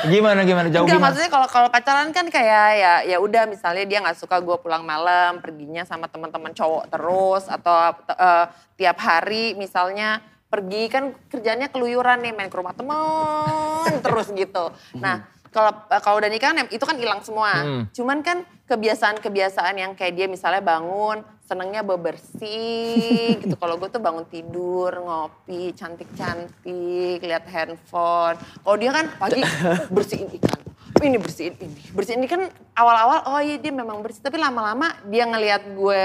Speaker 1: gimana gimana jauh
Speaker 3: Enggak,
Speaker 1: gimana?
Speaker 3: maksudnya kalau kalau pacaran kan kayak ya ya udah misalnya dia nggak suka gue pulang malam, perginya sama teman-teman cowok terus atau eh, tiap hari misalnya pergi kan kerjanya keluyuran nih main ke rumah temen terus gitu. Nah, kalau eh, kalau udah nikah kan itu kan hilang semua.
Speaker 1: Hmm.
Speaker 3: Cuman kan kebiasaan-kebiasaan yang kayak dia misalnya bangun senengnya bebersih gitu. Kalau gue tuh bangun tidur, ngopi, cantik-cantik, lihat handphone. Kalau dia kan pagi bersihin ikan. Ini bersihin ini. Bersihin ini kan awal-awal oh iya dia memang bersih, tapi lama-lama dia ngelihat gue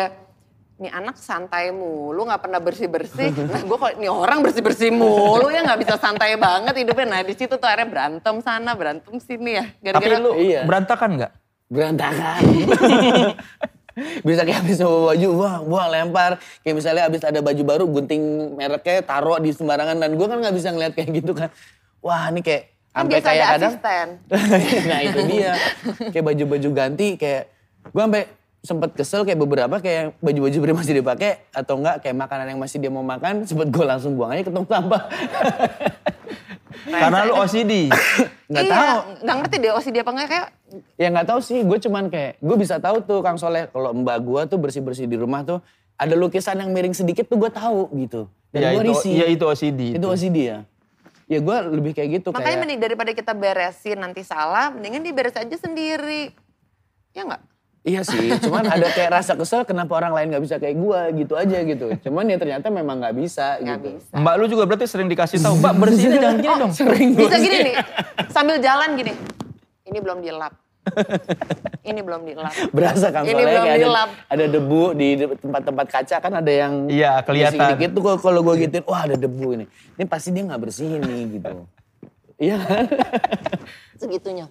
Speaker 3: ini anak santai mulu, nggak pernah bersih-bersih.
Speaker 2: [LAUGHS]
Speaker 3: Nah gue kalau ini orang bersih-bersih mulu ya nggak bisa santai banget hidupnya. Nah di situ tuh akhirnya berantem sana, berantem sini ya.
Speaker 1: Tapi lu
Speaker 2: Iya.
Speaker 1: berantakan nggak?
Speaker 2: berantakan. [LAUGHS] Bisa kayak habis bawa baju, wah, wah lempar. Kayak misalnya habis ada baju baru, gunting mereknya taruh di sembarangan. Dan gue kan nggak bisa ngeliat kayak gitu kan. Wah ini kayak,
Speaker 3: Kan
Speaker 2: sampai
Speaker 3: biasa
Speaker 2: kayak
Speaker 3: ada
Speaker 2: kadang.
Speaker 3: asisten.
Speaker 2: [LAUGHS] nah itu dia. Kayak baju-baju ganti, kayak gue sampai sempet kesel kayak beberapa kayak baju-baju [LAUGHS] beri masih dipakai atau enggak kayak makanan yang masih dia mau makan sempet gue langsung buang aja ke tong sampah [LAUGHS]
Speaker 1: Karena lu OCD.
Speaker 2: nggak
Speaker 3: iya,
Speaker 2: tahu
Speaker 3: Nggak ngerti deh OCD apa nggak kayak
Speaker 2: Ya nggak tahu sih, gue cuman kayak gue bisa tahu tuh Kang Soleh kalau mbak gue tuh bersih bersih di rumah tuh ada lukisan yang miring sedikit tuh gue tahu gitu. Dan
Speaker 1: Ya
Speaker 2: gue
Speaker 1: itu,
Speaker 2: risih.
Speaker 1: ya itu OCD.
Speaker 2: itu OCD ya. Ya gue lebih kayak gitu
Speaker 3: makanya
Speaker 2: kayak.
Speaker 3: mending daripada kita beresin nanti salah, mendingan diberes aja sendiri. Ya nggak?
Speaker 2: Iya sih, cuman ada
Speaker 3: [LAUGHS]
Speaker 2: kayak rasa kesel kenapa orang lain nggak bisa kayak gue gitu aja gitu. Cuman ya ternyata memang nggak bisa
Speaker 3: Nggak
Speaker 2: gitu.
Speaker 3: bisa.
Speaker 1: Mbak lu juga berarti sering dikasih tahu, Mbak bersihinnya jangan
Speaker 2: [LAUGHS]
Speaker 1: gini dong.
Speaker 2: Sering gue
Speaker 3: Bisa gini nih, sambil jalan gini. Ini belum dilap. Ini belum dilap.
Speaker 2: Berasa Kang
Speaker 3: Ini
Speaker 2: Soleh
Speaker 3: belum
Speaker 2: kayak ada,
Speaker 3: dilap.
Speaker 2: ada debu di de- tempat-tempat kaca kan ada yang
Speaker 1: Iya, kelihatan.
Speaker 2: Dikit tuh kalau- kalau gue gituin, wah ada debu ini. Ini pasti dia nggak bersihin nih gitu. Iya kan? [LAUGHS]
Speaker 3: Segitunya.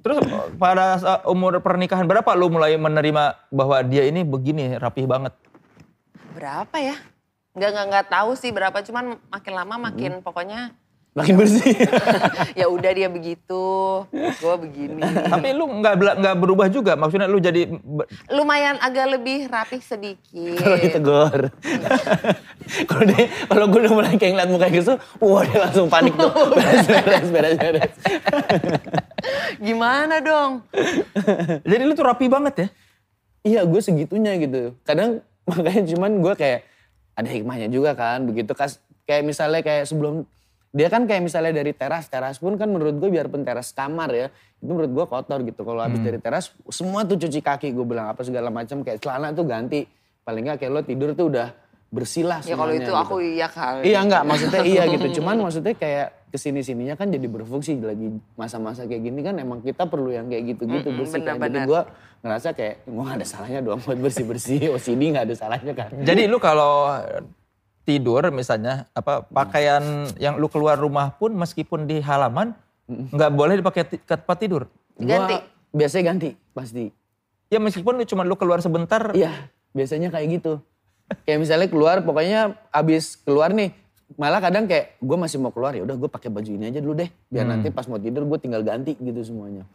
Speaker 1: Terus pada sa- umur pernikahan berapa lu mulai menerima bahwa dia ini begini rapih banget?
Speaker 3: Berapa ya? Nggak, nggak, nggak tahu sih berapa, cuman makin lama
Speaker 2: Hmm.
Speaker 3: makin pokoknya [LAUGHS]
Speaker 2: Makin bersih.
Speaker 3: ya udah dia begitu, gue
Speaker 2: [LAUGHS]
Speaker 3: begini.
Speaker 1: Tapi lu nggak bela- nggak berubah juga, maksudnya lu jadi be-
Speaker 3: Lumayan agak lebih rapih sedikit.
Speaker 2: Kalau gitu. ditegur. [LAUGHS] Kalau dia, kalau gue udah mulai kayak ngeliat mukanya gitu, wah dia langsung panik
Speaker 3: [LAUGHS]
Speaker 2: tuh. Beres, beres, beres, beres.
Speaker 3: Gimana dong?
Speaker 1: jadi lu tuh rapi banget ya?
Speaker 2: Iya gue segitunya gitu. Kadang [LAUGHS] makanya cuman gue kayak ada hikmahnya juga kan begitu. Kas, kayak misalnya kayak sebelum dia kan kayak misalnya dari teras, teras pun kan menurut gue biarpun teras kamar ya, itu menurut gue kotor gitu. Kalau habis
Speaker 3: Hmm.
Speaker 2: dari teras semua tuh cuci kaki gue bilang apa segala macam kayak celana tuh ganti. Paling nggak kayak lo tidur tuh udah bersih lah
Speaker 3: Ya kalau
Speaker 2: semuanya
Speaker 3: itu
Speaker 2: gitu.
Speaker 3: aku iya kali.
Speaker 2: Iya enggak, maksudnya iya gitu. Cuman maksudnya kayak kesini sininya kan jadi berfungsi lagi masa-masa kayak gini kan emang kita perlu yang kayak gitu-gitu
Speaker 3: Mm-mm,
Speaker 2: bersih kan. Jadi
Speaker 3: benar-benar.
Speaker 2: gue ngerasa kayak gue gak ada salahnya doang buat bersih-bersih, OCD gak ada salahnya kan.
Speaker 1: Jadi lu kalau tidur misalnya apa pakaian yang lu keluar rumah pun meskipun di halaman nggak boleh dipakai ti- ke tempat tidur.
Speaker 3: Ganti.
Speaker 2: Gua biasanya ganti pasti.
Speaker 1: Ya meskipun lu cuma lu keluar sebentar,
Speaker 2: Iya, biasanya kayak gitu. Kayak misalnya keluar pokoknya abis keluar nih malah kadang kayak gue masih mau keluar ya udah gue pakai baju ini aja dulu deh biar nanti pas mau tidur gue tinggal ganti gitu semuanya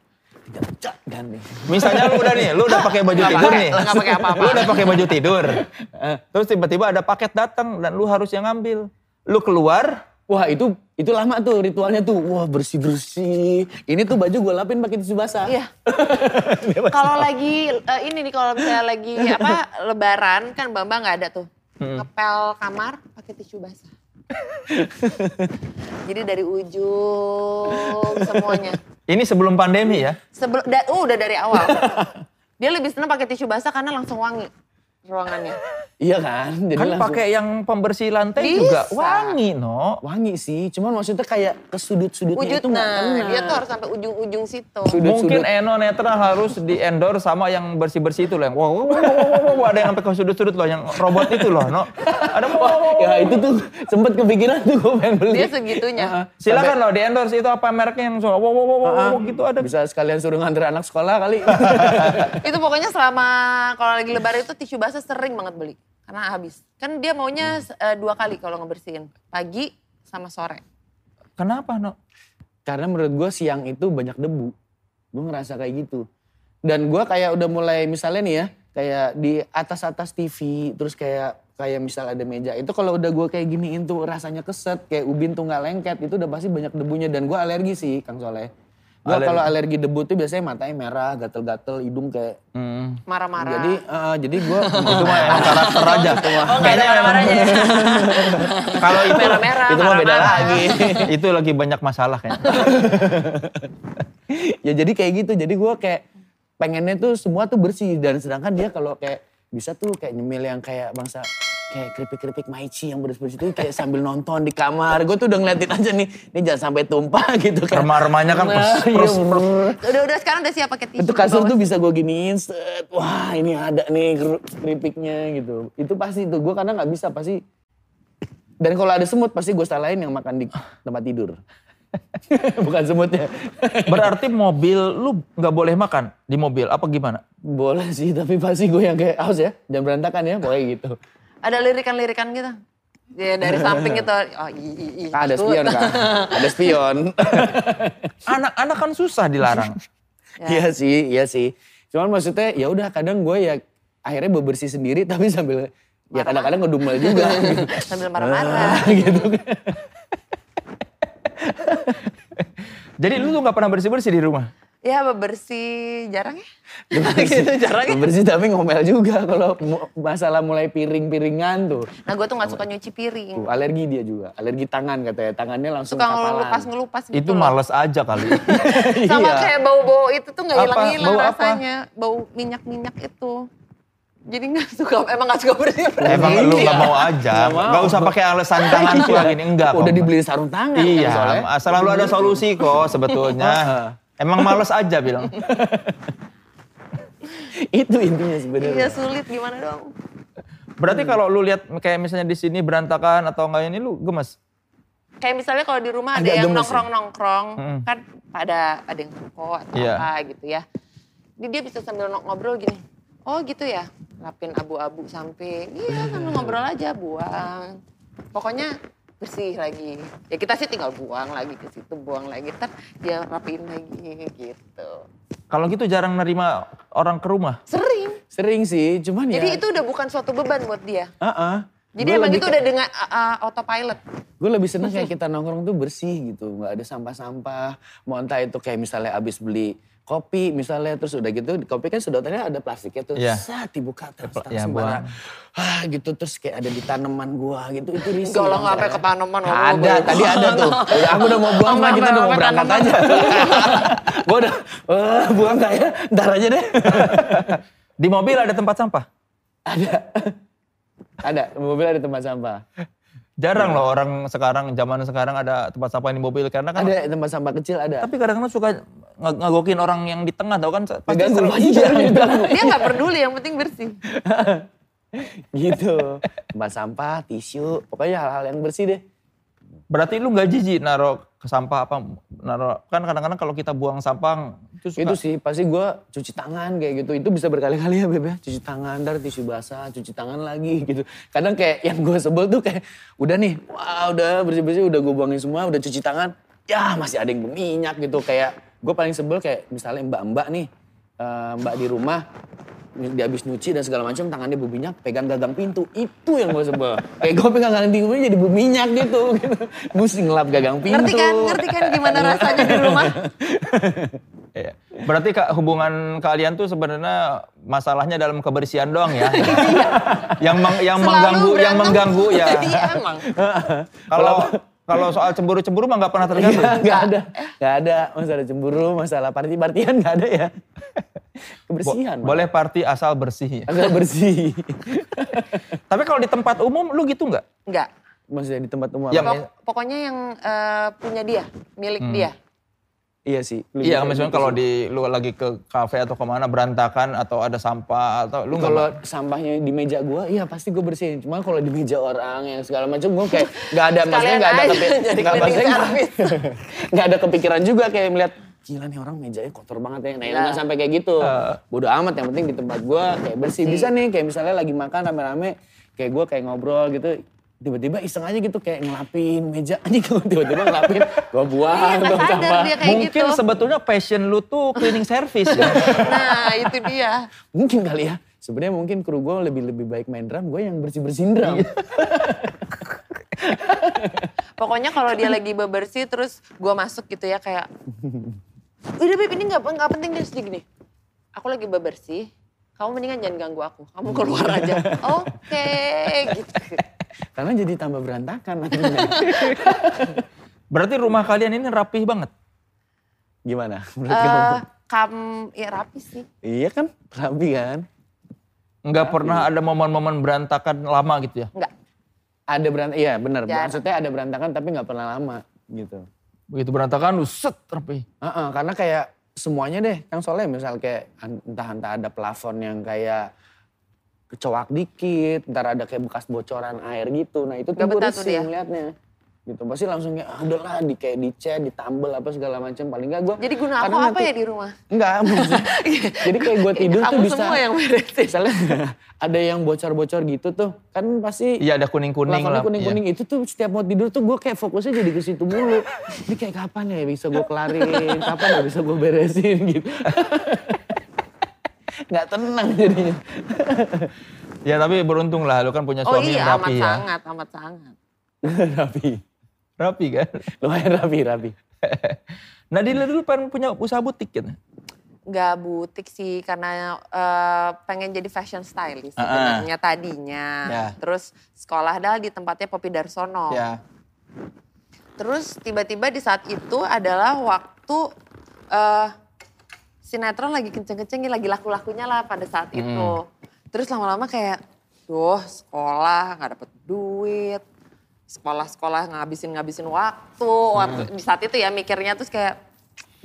Speaker 2: tinggal cak, ganti
Speaker 1: Misalnya lu udah nih, lu udah pakai baju
Speaker 3: Nggak
Speaker 1: tidur
Speaker 3: pakai,
Speaker 1: nih.
Speaker 3: nggak pakai apa-apa.
Speaker 1: Lu udah pakai baju tidur. Eh, Terus tiba-tiba ada paket datang dan lu harus yang ngambil. Lu keluar,
Speaker 2: Wah itu itu lama tuh ritualnya tuh. Wah bersih bersih. Ini tuh baju gue lapin pakai tisu basah.
Speaker 3: Iya. kalau lagi eh, ini nih kalau misalnya lagi apa lebaran kan Bambang nggak ada tuh.
Speaker 2: Hmm.
Speaker 3: Ngepel kamar pakai tisu basah.
Speaker 2: [LAUGHS]
Speaker 3: Jadi dari ujung semuanya.
Speaker 1: ini sebelum pandemi ya.
Speaker 3: Sebelum da- uh, udah dari awal. Dia lebih senang pakai tisu basah karena langsung wangi ruangannya.
Speaker 2: Iya kan. Jadi
Speaker 1: Kan
Speaker 2: langsung
Speaker 1: pakai yang pembersih lantai juga
Speaker 3: Bisa.
Speaker 1: wangi, no.
Speaker 2: wangi sih. Cuman maksudnya kayak ke sudut sudutnya
Speaker 3: Wujud
Speaker 2: itu nggak
Speaker 3: nah,
Speaker 2: kena.
Speaker 3: dia tuh harus sampai ujung-ujung
Speaker 2: [LAUGHS]
Speaker 3: situ.
Speaker 1: Mungkin
Speaker 2: Sudut-sudut.
Speaker 1: Eno Netra harus di endorse sama yang bersih-bersih itu loh. Yang wow, wow, wow, wow, wow, wow, ada yang sampai ke sudut-sudut loh, yang robot itu loh, no. Ada wow, wow, wow.
Speaker 2: Ya itu tuh sempet kepikiran tuh gue pengen beli.
Speaker 3: Dia segitunya.
Speaker 2: Heeh.
Speaker 1: Silakan loh di endorse itu apa mereknya yang so wow, wow, wow, wow,
Speaker 3: Ah.
Speaker 1: wow, wow, gitu ada.
Speaker 2: Bisa sekalian suruh nganter anak sekolah kali.
Speaker 3: itu pokoknya selama kalau lagi lebaran itu tisu basah sering banget beli karena habis kan dia maunya eh, dua kali kalau ngebersihin pagi sama sore
Speaker 1: Kenapa, no?
Speaker 2: Karena menurut gue siang itu banyak debu. Gue ngerasa kayak gitu. Dan gue kayak udah mulai misalnya nih ya, kayak di atas-atas TV, terus kayak kayak misal ada meja itu kalau udah gue kayak giniin tuh rasanya keset kayak ubin tuh nggak lengket itu udah pasti banyak debunya dan gue alergi sih Kang Soleh. Gue
Speaker 1: Alergi.
Speaker 2: kalau alergi debu tuh biasanya matanya merah, gatel-gatel, hidung kayak
Speaker 1: Hmm.
Speaker 3: Marah-marah.
Speaker 2: jadi eh, jadi gue itu mah
Speaker 1: Emang karakter aja.
Speaker 3: Oh nggak ada marah-marahnya.
Speaker 1: [LAUGHS] Kalau itu
Speaker 3: Merah-merah,
Speaker 1: itu mah beda
Speaker 3: marah-marah.
Speaker 1: lagi. [LAUGHS] itu lagi banyak masalah kayaknya.
Speaker 2: [LAUGHS] ya jadi kayak gitu jadi gue kayak pengennya tuh semua tuh bersih dan sedangkan dia kalau kayak bisa tuh kayak nyemil yang kayak bangsa kayak keripik-keripik maici yang bersih-bersih itu kayak sambil nonton di kamar gue tuh udah ngeliatin aja nih ini jangan sampai tumpah [LAUGHS] gitu kan
Speaker 1: Remah-remahnya kan pers,
Speaker 2: Nah, iya,
Speaker 1: pers,
Speaker 2: bener.
Speaker 1: pers.
Speaker 3: Udah-udah sekarang udah siap pakai tisu.
Speaker 2: itu
Speaker 3: di
Speaker 2: kasur
Speaker 3: bawah.
Speaker 2: tuh bisa gue giniin set wah ini ada nih keru- keripiknya gitu itu pasti itu gue karena nggak bisa pasti dan kalau ada semut pasti gue salahin yang makan di tempat tidur [LAUGHS] bukan semutnya
Speaker 1: Berarti mobil lu nggak boleh makan di mobil apa gimana?
Speaker 2: Boleh sih, tapi pasti gue yang kayak aus ya. Jangan berantakan ya, pokoknya gitu.
Speaker 3: Ada lirikan-lirikan gitu. Ya, dari samping gitu. Oh, i, i, i,
Speaker 2: Ah, ada
Speaker 3: takut.
Speaker 2: spion
Speaker 3: [LAUGHS]
Speaker 2: kan? Ada spion.
Speaker 1: Anak-anak kan susah dilarang.
Speaker 3: Ya.
Speaker 2: Iya sih, iya sih. Cuman maksudnya ya udah kadang gue ya akhirnya bebersih sendiri [LAUGHS] tapi sambil ya kadang-kadang ngedumel
Speaker 3: [LAUGHS]
Speaker 2: juga.
Speaker 3: Sambil marah-marah.
Speaker 2: gitu kan.
Speaker 1: Jadi lu tuh nggak pernah bersih-bersih di rumah.
Speaker 3: Ya bebersih jarang ya.
Speaker 2: Bebersih, bebersih tapi ngomel juga kalau mu- masalah mulai piring-piringan tuh.
Speaker 3: Nah gue tuh gak suka nyuci piring.
Speaker 2: Tuh, alergi dia juga, alergi tangan katanya. Tangannya langsung
Speaker 3: Suka
Speaker 2: kapalan.
Speaker 3: ngelupas-ngelupas gitu
Speaker 1: Itu
Speaker 3: loh.
Speaker 1: males aja kali.
Speaker 3: Sama
Speaker 2: [LAUGHS] Iya.
Speaker 3: kayak bau-bau itu tuh gak
Speaker 1: Apa?
Speaker 3: hilang-hilang
Speaker 1: Bau apa?
Speaker 3: rasanya. Bau minyak-minyak itu. Jadi gak [LAUGHS] suka, emang gak suka bersih-bersih.
Speaker 1: Emang lu nggak
Speaker 2: Iya.
Speaker 1: mau aja,
Speaker 2: Nggak mau.
Speaker 1: nggak usah pakai alasan
Speaker 3: [LAUGHS]
Speaker 1: tangan
Speaker 2: Iya.
Speaker 1: tua gini enggak.
Speaker 2: Udah
Speaker 1: kok.
Speaker 2: dibeliin sarung tangan kan,
Speaker 1: Iya,
Speaker 2: soalnya.
Speaker 1: selalu ada solusi kok
Speaker 2: [LAUGHS]
Speaker 1: sebetulnya. Emang males aja bilang.
Speaker 2: Itu intinya sebenarnya.
Speaker 3: Iya sulit gimana dong.
Speaker 1: Berarti kalau lu lihat kayak misalnya di sini berantakan atau enggak ini lu gemes.
Speaker 3: Kayak misalnya kalau di rumah ada
Speaker 2: Agak
Speaker 3: yang
Speaker 2: gemes ya?
Speaker 3: nongkrong-nongkrong,
Speaker 1: Mm-mm.
Speaker 3: kan pada ada yang rokok atau
Speaker 1: Iya.
Speaker 3: apa gitu ya. Jadi dia bisa sambil no- ngobrol gini, oh gitu ya, lapin abu-abu samping. Iya sambil ngobrol aja, buang. Pokoknya bersih lagi. Ya kita sih tinggal buang lagi ke situ, buang lagi. Ntar dia rapiin lagi gitu.
Speaker 1: Kalau gitu jarang nerima orang ke rumah.
Speaker 3: Sering.
Speaker 2: Sering sih, cuman ya.
Speaker 3: Jadi itu udah bukan suatu beban buat dia.
Speaker 2: Heeh.
Speaker 3: Jadi emang itu udah dengan uh, uh, autopilot.
Speaker 2: Gue lebih seneng kayak kita nongkrong tuh bersih gitu, nggak ada sampah-sampah. Mau entah itu kayak misalnya abis beli kopi misalnya terus udah gitu kopi kan sedotannya ada plastiknya tuh
Speaker 1: Iya.
Speaker 2: saat dibuka terus
Speaker 1: Ple-
Speaker 2: taruh
Speaker 1: ya,
Speaker 2: sembarang. ah gitu terus kayak ada di tanaman gua gitu itu risih
Speaker 3: Enggak lah,
Speaker 2: Bang,
Speaker 3: nggak sampai
Speaker 2: saya.
Speaker 3: ke tanaman,
Speaker 2: Nggak
Speaker 3: Allah,
Speaker 2: ada
Speaker 3: baru-
Speaker 2: tadi ada tuh udah aku udah mau buang
Speaker 3: Sampai-
Speaker 2: mah kita udah mau
Speaker 3: sampai
Speaker 2: berangkat
Speaker 3: tanaman.
Speaker 2: aja [LAUGHS] gua udah eh, buang nggak ya ntar aja deh
Speaker 1: Di mobil ada tempat sampah.
Speaker 2: [LAUGHS] ada ada mobil ada tempat sampah
Speaker 1: Jarang loh orang sekarang zaman sekarang ada tempat sampah di mobil karena kan
Speaker 2: ada tempat sampah kecil ada
Speaker 1: tapi kadang-kadang suka nge- ngagokin orang yang di tengah tau kan pasti seru.
Speaker 2: Ganggu aja di dalam.
Speaker 3: [LAUGHS] Dia nggak peduli, yang penting bersih.
Speaker 2: [LAUGHS] gitu. Tempat sampah, tisu, pokoknya hal-hal yang bersih deh.
Speaker 1: Berarti lu nggak jijik naro ke sampah apa naro kan kadang-kadang kalau kita buang sampah itu suka
Speaker 3: Nah.
Speaker 2: Itu sih pasti gua cuci tangan kayak gitu. Itu bisa berkali-kali ya Beb ya. Cuci tangan, ntar tisu basah, cuci tangan lagi [LAUGHS] gitu. Kadang kayak yang gue sebel tuh kayak udah nih, wah udah bersih-bersih, udah gue buangin semua, udah cuci tangan. Ya masih ada yang berminyak gitu. Kayak gue paling sebel kayak misalnya mbak-mbak nih, eh, mbak di rumah dia habis nyuci dan segala macam tangannya berminyak pegang gagang pintu itu yang gue sebel kayak gue pegang gagang pintu jadi berminyak gitu gitu mesti ngelap gagang pintu
Speaker 3: Ngerti kan, ngerti kan gimana rasanya di rumah?
Speaker 1: Iya. Berarti Kak, hubungan kalian tuh sebenarnya masalahnya dalam kebersihan doang ya. yang meng- yang
Speaker 3: Selalu
Speaker 1: mengganggu yang
Speaker 3: berantem.
Speaker 1: mengganggu ya.
Speaker 3: [LAUGHS] Iya emang.
Speaker 2: [LAUGHS]
Speaker 1: Kalau kalau soal cemburu-cemburu mah nggak pernah terganggu.
Speaker 2: Iya, nggak ada, nggak ada masalah cemburu, masalah party-partian nggak ada ya.
Speaker 1: Bo-
Speaker 2: Kebersihan. Bo
Speaker 1: boleh party asal bersih. ya.
Speaker 2: Agak bersih. [LAUGHS]
Speaker 1: Tapi kalau di tempat umum lu gitu nggak?
Speaker 3: Enggak.
Speaker 2: Maksudnya di tempat umum.
Speaker 1: Ya,
Speaker 2: apa?
Speaker 3: Pok- pokoknya yang eh, punya dia, milik dia.
Speaker 2: iya sih. lebih
Speaker 1: Iya,
Speaker 2: kayak
Speaker 1: misalnya
Speaker 2: gitu
Speaker 1: kalau
Speaker 2: sih.
Speaker 1: di lu lagi ke kafe atau kemana berantakan atau ada sampah atau lu
Speaker 2: kalau
Speaker 1: nggak
Speaker 2: sampahnya di meja gua, iya pasti gue bersihin. Cuma kalau di meja orang yang segala macam gue
Speaker 3: [LAUGHS]
Speaker 2: kayak nggak ada maksudnya
Speaker 3: Sekalian
Speaker 2: nggak ada
Speaker 3: aja
Speaker 2: kepi-
Speaker 3: [LAUGHS] jadi
Speaker 2: nggak
Speaker 3: cleaning
Speaker 2: maksudnya
Speaker 3: service.
Speaker 2: [LAUGHS] nggak ada kepikiran juga kayak melihat gila nih orang mejanya kotor banget ya. Nah, nggak sampai kayak gitu.
Speaker 3: Nah.
Speaker 2: Bodoh amat yang penting di tempat gua kayak bersih.
Speaker 3: Hmm.
Speaker 2: Bisa nih kayak misalnya lagi makan rame-rame kayak gua kayak ngobrol gitu tiba-tiba iseng aja gitu kayak ngelapin meja [LAUGHS] aja kalau tiba-tiba ngelapin gua buang
Speaker 3: Iya, nggak
Speaker 2: dong
Speaker 3: sadar
Speaker 2: sampah.
Speaker 3: dia kayak
Speaker 1: Mungkin
Speaker 3: gitu.
Speaker 1: sebetulnya passion lu tuh cleaning service ya.
Speaker 3: Nah itu dia.
Speaker 2: Mungkin kali ya Sebenarnya mungkin kru gue lebih lebih baik main drum, gue yang bersih bersihin drum.
Speaker 3: Iya. Pokoknya kalau dia lagi bebersih terus gua masuk gitu ya kayak udah Beb ini nggak nggak penting terus dia gini. Aku lagi bebersih, kamu mendingan jangan ganggu aku. Kamu keluar aja. Oke, gitu.
Speaker 2: Karena jadi tambah berantakan [LAUGHS] nantinya.
Speaker 1: Berarti rumah kalian ini rapih banget.
Speaker 2: Gimana? Menurut kamu?
Speaker 3: Eh, kam ya rapi sih.
Speaker 2: Iya kan, rapi kan.
Speaker 1: Nggak pernah ada momen-momen berantakan lama gitu ya.
Speaker 3: Enggak.
Speaker 2: Ada berantakan, iya benar.
Speaker 3: Jarang.
Speaker 2: Maksudnya ada berantakan tapi nggak pernah lama gitu.
Speaker 1: Begitu berantakan lu set rapih.
Speaker 2: Heeh, karena kayak semuanya deh, Kang Soleh misal kayak an- entah-entah ada plafon yang kayak kecoak dikit, ntar ada kayak bekas bocoran air gitu. Nah itu tuh
Speaker 3: Nggak
Speaker 2: gue
Speaker 3: betah tuh
Speaker 2: risih
Speaker 3: dia.
Speaker 2: ngeliatnya. Gitu, pasti langsung kayak ah, udahlah di kayak dicet, ditambel apa segala macam. Paling nggak gue
Speaker 3: Jadi guna aku
Speaker 2: kadang
Speaker 3: apa
Speaker 2: nanti-
Speaker 3: ya di rumah?
Speaker 2: Enggak, [LAUGHS] maksudnya- jadi kayak gue tidur
Speaker 3: Kamu
Speaker 2: tuh bisa.
Speaker 3: semua yang beresin.
Speaker 2: Misalnya [LAUGHS] ada yang bocor-bocor gitu tuh, kan pasti
Speaker 1: Iya ada kuning-kuning
Speaker 2: Lakonnya
Speaker 1: lah. iya.
Speaker 2: kuning-kuning itu tuh setiap mau tidur tuh gue kayak fokusnya jadi ke situ mulu. Ini kayak kapan ya bisa gue kelarin, kapan ya bisa gue beresin gitu. [LAUGHS] Gak tenang jadinya. [LAUGHS]
Speaker 1: Iya. Ya tapi beruntung lah lu kan punya
Speaker 3: Oh
Speaker 1: suami yang
Speaker 3: iya, amat
Speaker 1: rapi ya.
Speaker 3: sangat, amat sangat.
Speaker 2: rapi,
Speaker 1: Rapi kan. [LAUGHS]
Speaker 2: lumayan rapi, rapi.
Speaker 1: Nadila dulu pengen punya usaha butik gitu.
Speaker 3: nggak butik sih karena eh, pengen jadi fashion stylist
Speaker 1: Ah, ah.
Speaker 3: sebenarnya tadinya.
Speaker 1: Ya.
Speaker 3: Terus sekolah dah di tempatnya Popi Darsono. Terus tiba-tiba di saat itu adalah waktu eh sinetron lagi kenceng-kencengnya, lagi laku-lakunya lah pada saat itu. Terus lama-lama kayak, duh sekolah nggak dapet duit, sekolah-sekolah ngabisin-ngabisin waktu, waktu di saat itu ya mikirnya terus kayak,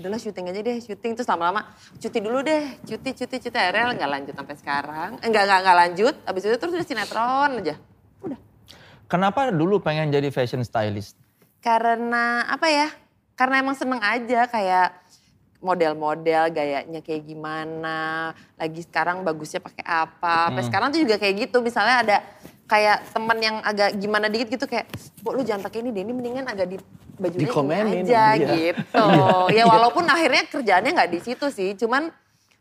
Speaker 3: udahlah syuting aja deh, syuting terus lama-lama cuti dulu deh, cuti, cuti, cuti, akhirnya nggak lanjut sampai sekarang, enggak nggak nggak lanjut, abis itu terus udah sinetron aja.
Speaker 1: Kenapa dulu pengen jadi fashion stylist?
Speaker 3: karena apa ya karena emang seneng aja kayak model-model gayanya kayak gimana lagi sekarang bagusnya pakai apa sampai sekarang tuh juga kayak gitu misalnya ada kayak temen yang agak gimana dikit gitu kayak bu lu jangan pakai ini deh ini mendingan agak di bajunya ini
Speaker 2: Dikomenin,
Speaker 3: aja
Speaker 2: iya.
Speaker 3: gitu ya walaupun akhirnya kerjaannya nggak di situ sih cuman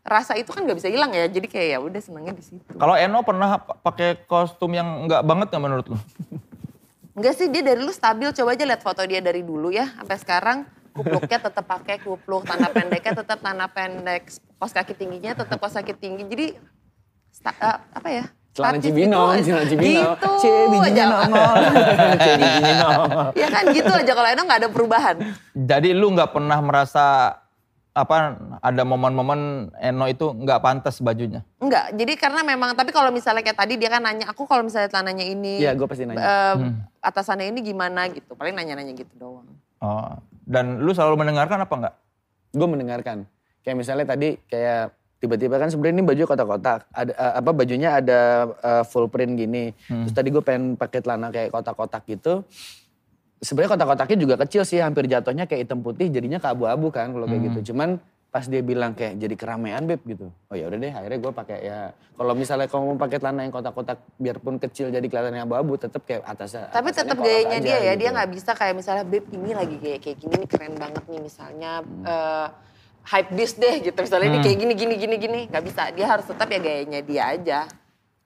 Speaker 3: rasa itu kan nggak bisa hilang ya jadi kayak ya udah senengnya di situ
Speaker 1: Kalau Eno pernah p- pakai kostum yang enggak banget ya nggak menurut lu?
Speaker 3: Enggak sih dia dari dulu stabil. Coba aja lihat foto dia dari dulu ya sampai sekarang. Kupluknya tetap pakai kupluk, tanah pendeknya tetap tanah pendek, kos kaki tingginya tetap kos kaki tinggi. Jadi sta- eh, apa ya?
Speaker 2: Celana
Speaker 3: statis
Speaker 2: Cibinong,
Speaker 3: gitu.
Speaker 2: celana Cibinong.
Speaker 3: Gitu
Speaker 2: Cie, bijinya
Speaker 3: aja.
Speaker 2: nongol. [LAUGHS] Cie, bijinya nongol.
Speaker 3: [LAUGHS] Ya kan gitu aja kalau Eno nggak ada perubahan.
Speaker 1: Jadi lu nggak pernah merasa apa ada momen-momen Eno itu nggak pantas bajunya.
Speaker 3: Enggak, jadi karena memang tapi kalau misalnya kayak tadi dia kan nanya aku kalau misalnya celananya ini
Speaker 2: Iya, gue pasti nanya.
Speaker 3: eh, atasannya ini gimana gitu. Paling nanya-nanya gitu doang.
Speaker 1: Oh. Dan lu selalu mendengarkan apa enggak?
Speaker 2: Gue mendengarkan. Kayak misalnya tadi kayak tiba-tiba kan sebenarnya ini baju kotak-kotak. Ada eh, apa bajunya ada eh, full print gini. Terus tadi gue pengen pakai celana kayak kotak-kotak gitu. sebenarnya kotak-kotaknya juga kecil sih hampir jatuhnya kayak hitam putih jadinya ke abu-abu kan kalau kayak gitu cuman pas dia bilang kayak jadi keramaian beb gitu oh ya udah deh akhirnya gue pakai ya kalau misalnya kamu mau pakai celana yang kotak-kotak biarpun kecil jadi kelihatannya abu-abu tetap kayak atasnya
Speaker 3: Tapi
Speaker 2: atasannya
Speaker 3: tetap
Speaker 2: kolot
Speaker 3: gayanya
Speaker 2: aja
Speaker 3: dia ya,
Speaker 2: gitu.
Speaker 3: dia nggak bisa kayak misalnya Beb ini lagi gaya kayak gini nih keren banget nih misalnya
Speaker 1: Hmm.
Speaker 3: eh, hype this deh gitu misalnya ini kayak gini gini gini gini nggak bisa dia harus tetap ya gayanya dia aja.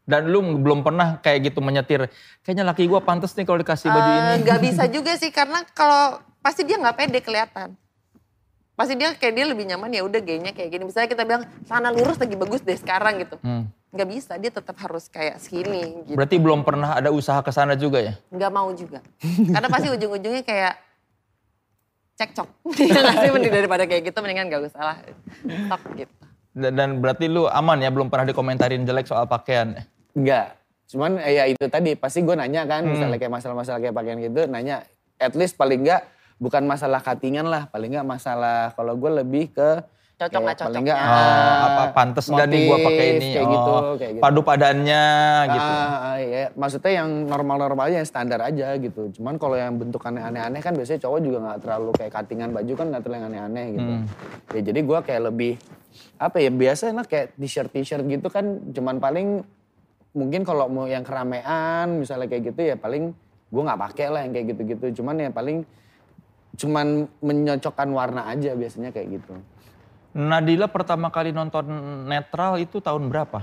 Speaker 1: Dan lu belum pernah kayak gitu menyetir. Kayaknya laki gua pantas nih kalau dikasih baju
Speaker 2: Ah,
Speaker 3: Eh,
Speaker 1: ini.
Speaker 3: Nggak
Speaker 1: [LAUGHS]
Speaker 3: bisa juga sih karena kalau pasti dia nggak pede kelihatan. Pasti dia kayak dia lebih nyaman ya udah gayanya kayak gini. Misalnya kita bilang sana lurus lagi bagus deh sekarang gitu.
Speaker 1: Hmm.
Speaker 3: Nggak bisa dia tetap harus kayak skinny gitu.
Speaker 1: Berarti belum pernah ada usaha ke sana juga ya?
Speaker 3: nggak mau [LAUGHS] juga. Karena pasti ujung-ujungnya kayak cekcok. [LAUGHS] Iya nggak sih? [LAUGHS] Mending daripada kayak gitu mendingan gak usah lah. Stop gitu.
Speaker 1: Dan, dan berarti lu aman ya belum pernah dikomentarin jelek soal pakaian. ya?
Speaker 2: Enggak. Cuman eh, ya itu tadi pasti gue nanya kan
Speaker 1: Hmm.
Speaker 2: misalnya kayak masalah-masalah kayak pakaian gitu nanya at least paling enggak bukan masalah cuttingan lah paling enggak masalah kalau gue lebih ke
Speaker 3: Cocok
Speaker 2: kayak
Speaker 3: nggak cocoknya.
Speaker 2: paling enggak
Speaker 1: Oh,
Speaker 2: ah,
Speaker 1: apa pantas nggak nih gua pakai
Speaker 2: motif,
Speaker 1: ini?
Speaker 2: kayak
Speaker 1: Oh,
Speaker 2: gitu kayak gitu.
Speaker 1: Padu padannya gitu.
Speaker 2: Ah, ah, iya. maksudnya yang normal-normal aja yang standar aja gitu. Cuman kalau yang bentukannya aneh-aneh kan biasanya cowok juga nggak terlalu kayak cuttingan baju kan nggak terlalu yang aneh-aneh gitu.
Speaker 1: Hmm.
Speaker 2: Ya jadi gua kayak lebih apa ya biasanya kayak t-shirt t-shirt gitu kan cuman paling mungkin kalau mau yang keramaian misalnya kayak gitu ya paling gua nggak pakai lah yang kayak gitu-gitu. Cuman ya paling cuman menyocokkan warna aja biasanya kayak gitu.
Speaker 1: Nadila pertama kali nonton netral itu tahun berapa?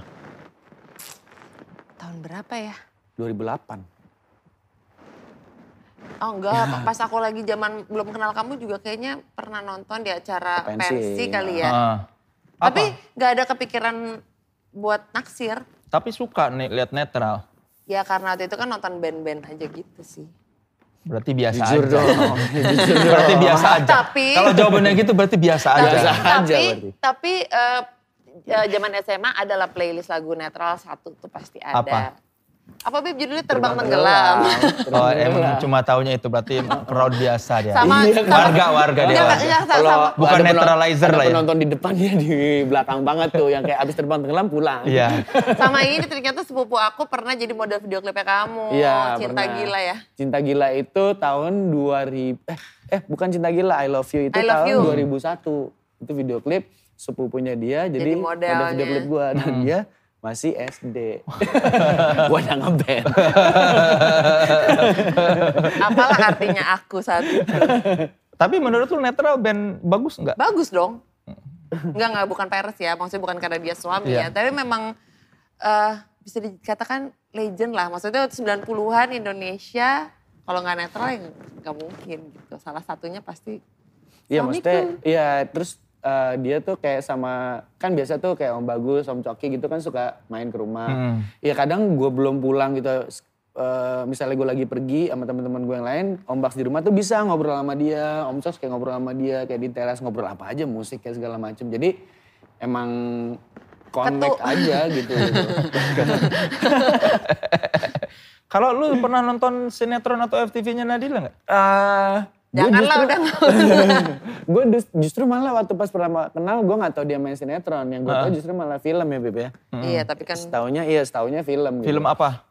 Speaker 3: tahun berapa ya?
Speaker 2: 2008.
Speaker 3: Oh enggak, pas aku lagi zaman belum kenal kamu juga kayaknya pernah nonton di acara
Speaker 2: Pensi,
Speaker 3: pensi kali ya.
Speaker 1: Ah. Apa?
Speaker 3: Tapi nggak ada kepikiran buat naksir.
Speaker 1: Tapi suka nih lihat netral.
Speaker 3: Ya karena waktu itu kan nonton band-band aja gitu sih.
Speaker 1: Berarti biasa aja.
Speaker 2: Jujur dong. Jujur dong.
Speaker 1: [LAUGHS] Berarti biasa aja.
Speaker 3: Tapi-
Speaker 1: Kalau jawabannya gitu berarti biasa
Speaker 3: Tapi,
Speaker 1: aja.
Speaker 2: Biasa aja
Speaker 3: tapi,
Speaker 2: berarti.
Speaker 3: tapi eh, eh, zaman SMA adalah playlist lagu netral satu tuh pasti ada.
Speaker 1: Apa?
Speaker 3: Apa Bib judulnya Terbang Tenggelam.
Speaker 2: Terbang
Speaker 1: Oh, emang
Speaker 2: tenggelam.
Speaker 1: cuma taunya itu berarti crowd biasa dia.
Speaker 3: Sama-
Speaker 2: Iya,
Speaker 3: sama-
Speaker 1: warga warga dia.
Speaker 3: Enggak,
Speaker 1: warga.
Speaker 3: enggak, sama-
Speaker 2: Kalau
Speaker 3: sama-
Speaker 1: Bukan
Speaker 2: ada penon-
Speaker 1: netralizer lah
Speaker 2: ada
Speaker 1: ya.
Speaker 2: Penonton di depannya di belakang banget tuh yang kayak abis terbang tenggelam pulang.
Speaker 1: Iya.
Speaker 3: Sama ini ternyata sepupu aku pernah jadi model video klipnya kamu.
Speaker 2: Iya,
Speaker 3: Oh, Cinta
Speaker 2: pernah.
Speaker 3: gila ya.
Speaker 2: Cinta Gila itu tahun 2000 eh, eh bukan Cinta Gila, I Love You itu
Speaker 3: I
Speaker 2: tahun
Speaker 3: Love You.
Speaker 2: 2001. Itu video klip sepupunya dia jadi,
Speaker 3: Jadi modelnya.
Speaker 2: video klip gua dan
Speaker 1: Hmm.
Speaker 2: dia masih
Speaker 1: [LAUGHS]
Speaker 2: SD. gua udah ngeband.
Speaker 3: Apalah artinya aku saat itu.
Speaker 1: Tapi menurut lu netral band bagus nggak?
Speaker 3: Bagus dong. Enggak, enggak bukan Paris ya. Maksudnya bukan karena dia suami
Speaker 1: Iya.
Speaker 3: ya. Tapi memang eh bisa dikatakan legend lah. Maksudnya 90-an Indonesia kalau nggak netral ya nggak mungkin gitu. Salah satunya pasti
Speaker 2: Iya
Speaker 3: Suami
Speaker 2: maksudnya,
Speaker 3: tuh.
Speaker 2: iya terus eh, dia tuh kayak sama, kan biasa tuh kayak Om Bagus, Om Coki gitu kan suka main ke rumah.
Speaker 1: Hmm.
Speaker 2: Iya kadang gue belum pulang gitu, eh, misalnya gue lagi pergi sama teman-teman gue yang lain, Om Baks di rumah tuh bisa ngobrol sama dia, Om Sos kayak ngobrol sama dia, kayak di teras ngobrol apa aja, musik kayak segala macem. Jadi emang connect
Speaker 3: Ketu-
Speaker 2: aja
Speaker 3: [LAUGHS]
Speaker 2: gitu.
Speaker 1: Kalau lu pernah nonton sinetron atau FTV-nya Nadila nggak?
Speaker 2: Eh, gua
Speaker 3: janganlah
Speaker 2: justru-
Speaker 3: udah
Speaker 2: [LAUGHS] gue justru malah waktu pas pertama kenal gue nggak tau dia main sinetron yang gue tau justru malah film ya Beb ya
Speaker 3: Iya, tapi kan
Speaker 2: Setaunya iya, setaunya film.
Speaker 1: Film
Speaker 2: [LAUGHS]
Speaker 1: apa?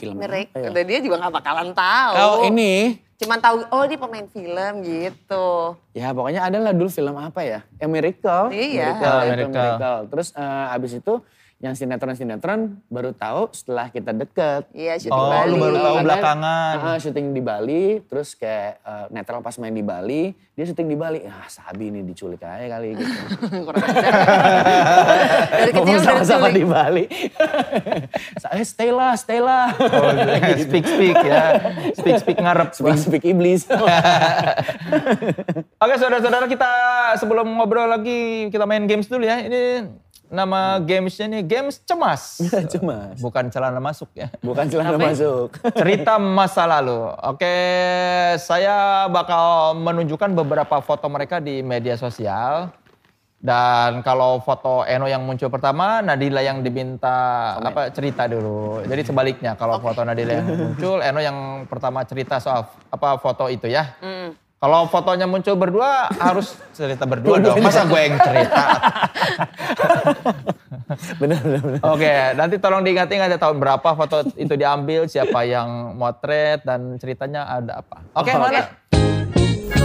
Speaker 2: Film.
Speaker 3: merek.
Speaker 2: apa ya?
Speaker 3: Dan dia juga nggak bakalan tahu.
Speaker 2: Oh ini,
Speaker 3: Cuman tahu oh dia pemain film gitu.
Speaker 2: ya pokoknya ada lah dulu film apa ya? Eh, Miracle.
Speaker 3: Iya.
Speaker 2: Miracle,
Speaker 1: Ah,
Speaker 2: itu
Speaker 1: Miracle.
Speaker 2: Miracle. Terus eh, abis itu yang sinetron-sinetron baru tahu setelah kita deket.
Speaker 3: Iya, syuting
Speaker 1: Oh,
Speaker 3: Bali.
Speaker 1: lu baru tahu
Speaker 2: Karena,
Speaker 1: belakangan.
Speaker 2: Ah, syuting di Bali, terus kayak eh, netral pas main di Bali, dia syuting di Bali. Ah, sabi ini diculik aja kali gitu.
Speaker 3: [LAUGHS] Kurang
Speaker 1: [LAUGHS]
Speaker 3: ajar. [LAUGHS] Dari kecil
Speaker 2: Ngomong
Speaker 3: udah
Speaker 2: sama-sama
Speaker 3: diculik.
Speaker 2: di Bali. [LAUGHS] Saya stay lah, stay
Speaker 1: [LAUGHS]
Speaker 2: lah.
Speaker 1: Oh, speak speak ya. Speak speak ngarep.
Speaker 2: Speak, speak
Speaker 1: [LAUGHS]
Speaker 2: iblis.
Speaker 1: Oke saudara-saudara kita sebelum ngobrol lagi kita main games dulu ya. Ini nama gamesnya nih games cemas.
Speaker 2: [LAUGHS] Cuma
Speaker 1: Bukan celana masuk ya.
Speaker 2: bukan celana masuk. [LAUGHS]
Speaker 1: Cerita masa lalu. Oke, saya bakal menunjukkan beberapa foto mereka di media sosial. Dan kalau foto Eno yang muncul pertama, Nadila yang diminta apa cerita dulu. Jadi sebaliknya kalau foto Nadila yang muncul, Eno yang pertama cerita soal apa foto itu ya. Kalau fotonya muncul berdua harus cerita berdua dong. Masa gue yang cerita?
Speaker 2: Benar, benar, benar.
Speaker 1: [LAUGHS] Oke, nanti tolong diingat-ingat ya tahun berapa foto itu diambil, siapa yang motret dan ceritanya ada apa. Oke,
Speaker 2: Oh,
Speaker 1: mana?
Speaker 2: oke.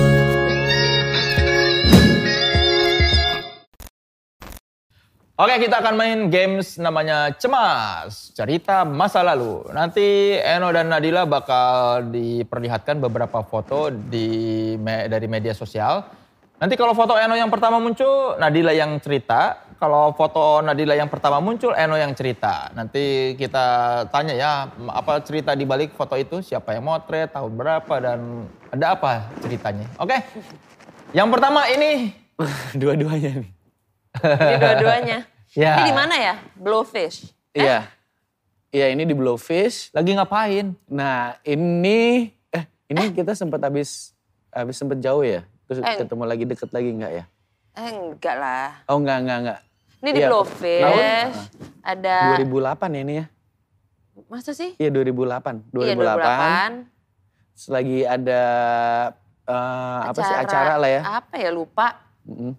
Speaker 1: Oke, kita akan main games namanya Cemas, cerita masa lalu. Nanti Eno dan Nadila bakal diperlihatkan beberapa foto di me- dari media sosial. Nanti kalau foto Eno yang pertama muncul, Nadila yang cerita. Kalau foto Nadila yang pertama muncul, Eno yang cerita. Nanti kita tanya ya, m- apa cerita di balik foto itu, siapa yang motret, tahun berapa, dan ada apa ceritanya. Oke, yang pertama ini
Speaker 2: Dua-duanya nih.
Speaker 3: Ini dua-duanya.
Speaker 1: Ya.
Speaker 3: Ini di mana ya? Blowfish.
Speaker 2: Iya. Iya, ini di Blowfish.
Speaker 1: lagi ngapain?
Speaker 2: Nah, ini eh ini kita sempat habis habis sempat jauh ya. Terus
Speaker 3: Eh.
Speaker 2: ketemu lagi deket lagi enggak ya?
Speaker 3: Eh enggak lah.
Speaker 2: Oh, enggak, enggak, enggak.
Speaker 3: Ini di
Speaker 2: Iya,
Speaker 3: Blowfish.
Speaker 2: tahun-
Speaker 3: Ada
Speaker 2: 2008 ya ini ya?
Speaker 3: masa sih?
Speaker 2: Iya, 2008. 2008.
Speaker 3: Iya, 2008.
Speaker 2: Terus lagi ada eh, apa sih acara lah ya.
Speaker 3: Apa ya lupa?
Speaker 2: Mm-mm.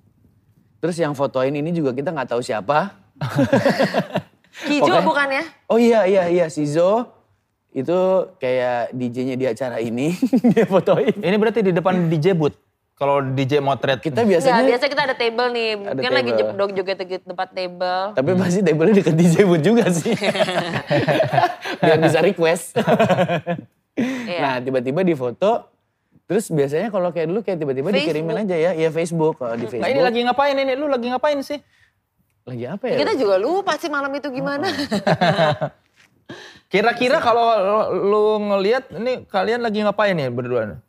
Speaker 2: Terus yang fotoin ini juga kita nggak tahu siapa.
Speaker 3: Kijo
Speaker 2: Pokoknya-
Speaker 3: bukan ya?
Speaker 2: Oh iya iya iya si Zo itu kayak DJ-nya di acara ini [LAUGHS] dia fotoin.
Speaker 1: Ini berarti di depan DJ booth. Kalau DJ motret
Speaker 2: Kita biasanya
Speaker 3: Biasanya, Iya, biasa kita ada table nih. Mungkin lagi
Speaker 2: table.
Speaker 3: jedok joget di tempat table.
Speaker 2: tapi pasti table-nya deket DJ booth juga
Speaker 3: [LAUGHS]
Speaker 2: sih. Biar bisa request.
Speaker 3: Iya.
Speaker 2: Nah tiba-tiba di foto terus biasanya kalau kayak dulu kayak tiba-tiba dikirimin aja
Speaker 3: Facebook.
Speaker 2: ya ya Facebook kalau di
Speaker 1: Nah
Speaker 2: Facebook.
Speaker 1: ini lagi ngapain ini? Lu lagi ngapain sih?
Speaker 2: lagi apa ya?
Speaker 3: kita juga lupa sih malam itu gimana.
Speaker 1: Kira-kira kalau lu ngelihat ini kalian lagi ngapain nih berdua?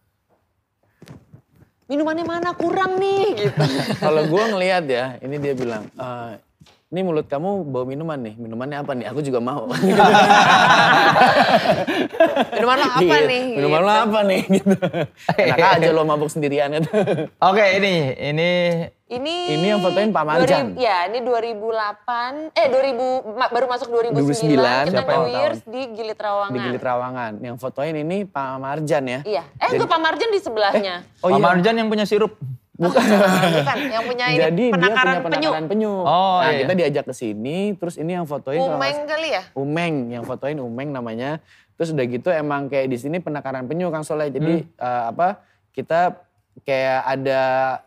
Speaker 3: [LAUGHS] Minumannya mana kurang nih gitu.
Speaker 2: Kalau gue ngelihat ya, ini dia bilang, "Eh, ini mulut kamu bawa minuman nih, minumannya apa nih? Aku juga mau.
Speaker 3: Minuman
Speaker 2: [LAUGHS]
Speaker 3: lo apa
Speaker 2: Gitu.
Speaker 3: nih? Iya.
Speaker 2: Minuman lo apa nih? [LAUGHS] Gitu. Enak aja lo mabuk sendirian gitu.
Speaker 3: Nah.
Speaker 1: Oke ini, ini
Speaker 3: Ini
Speaker 2: Ini yang fotoin Pak Marjan.
Speaker 3: 2000 Ya, ini 2008, eh 2000 ma- baru masuk
Speaker 2: 2009,
Speaker 3: 2009, kita
Speaker 2: siapa
Speaker 3: New
Speaker 2: yang tahu?
Speaker 3: Years di Gili Trawangan.
Speaker 2: Di Gili Trawangan. Yang fotoin ini Pak Marjan ya.
Speaker 3: Iya. Eh,
Speaker 2: Jadi-
Speaker 3: enggak Pak Marjan di sebelahnya.
Speaker 2: Oh
Speaker 1: Pak
Speaker 2: iya.
Speaker 1: Marjan yang punya sirup.
Speaker 2: Bukan.
Speaker 3: [LAUGHS] Bukan, yang punya Nah, ini
Speaker 2: Jadi dia punya
Speaker 3: penakaran penyu.
Speaker 2: penakaran penyu.
Speaker 1: Oh,
Speaker 2: nah,
Speaker 1: iya.
Speaker 2: kita diajak ke sini, terus ini yang fotoin kalau nggak
Speaker 3: Umeng kali ya?
Speaker 2: Umeng yang fotoin Umeng namanya. Terus udah gitu emang kayak di sini penakaran penyu Kang Soleh.
Speaker 1: Hmm.
Speaker 2: Jadi eh, apa kita kayak ada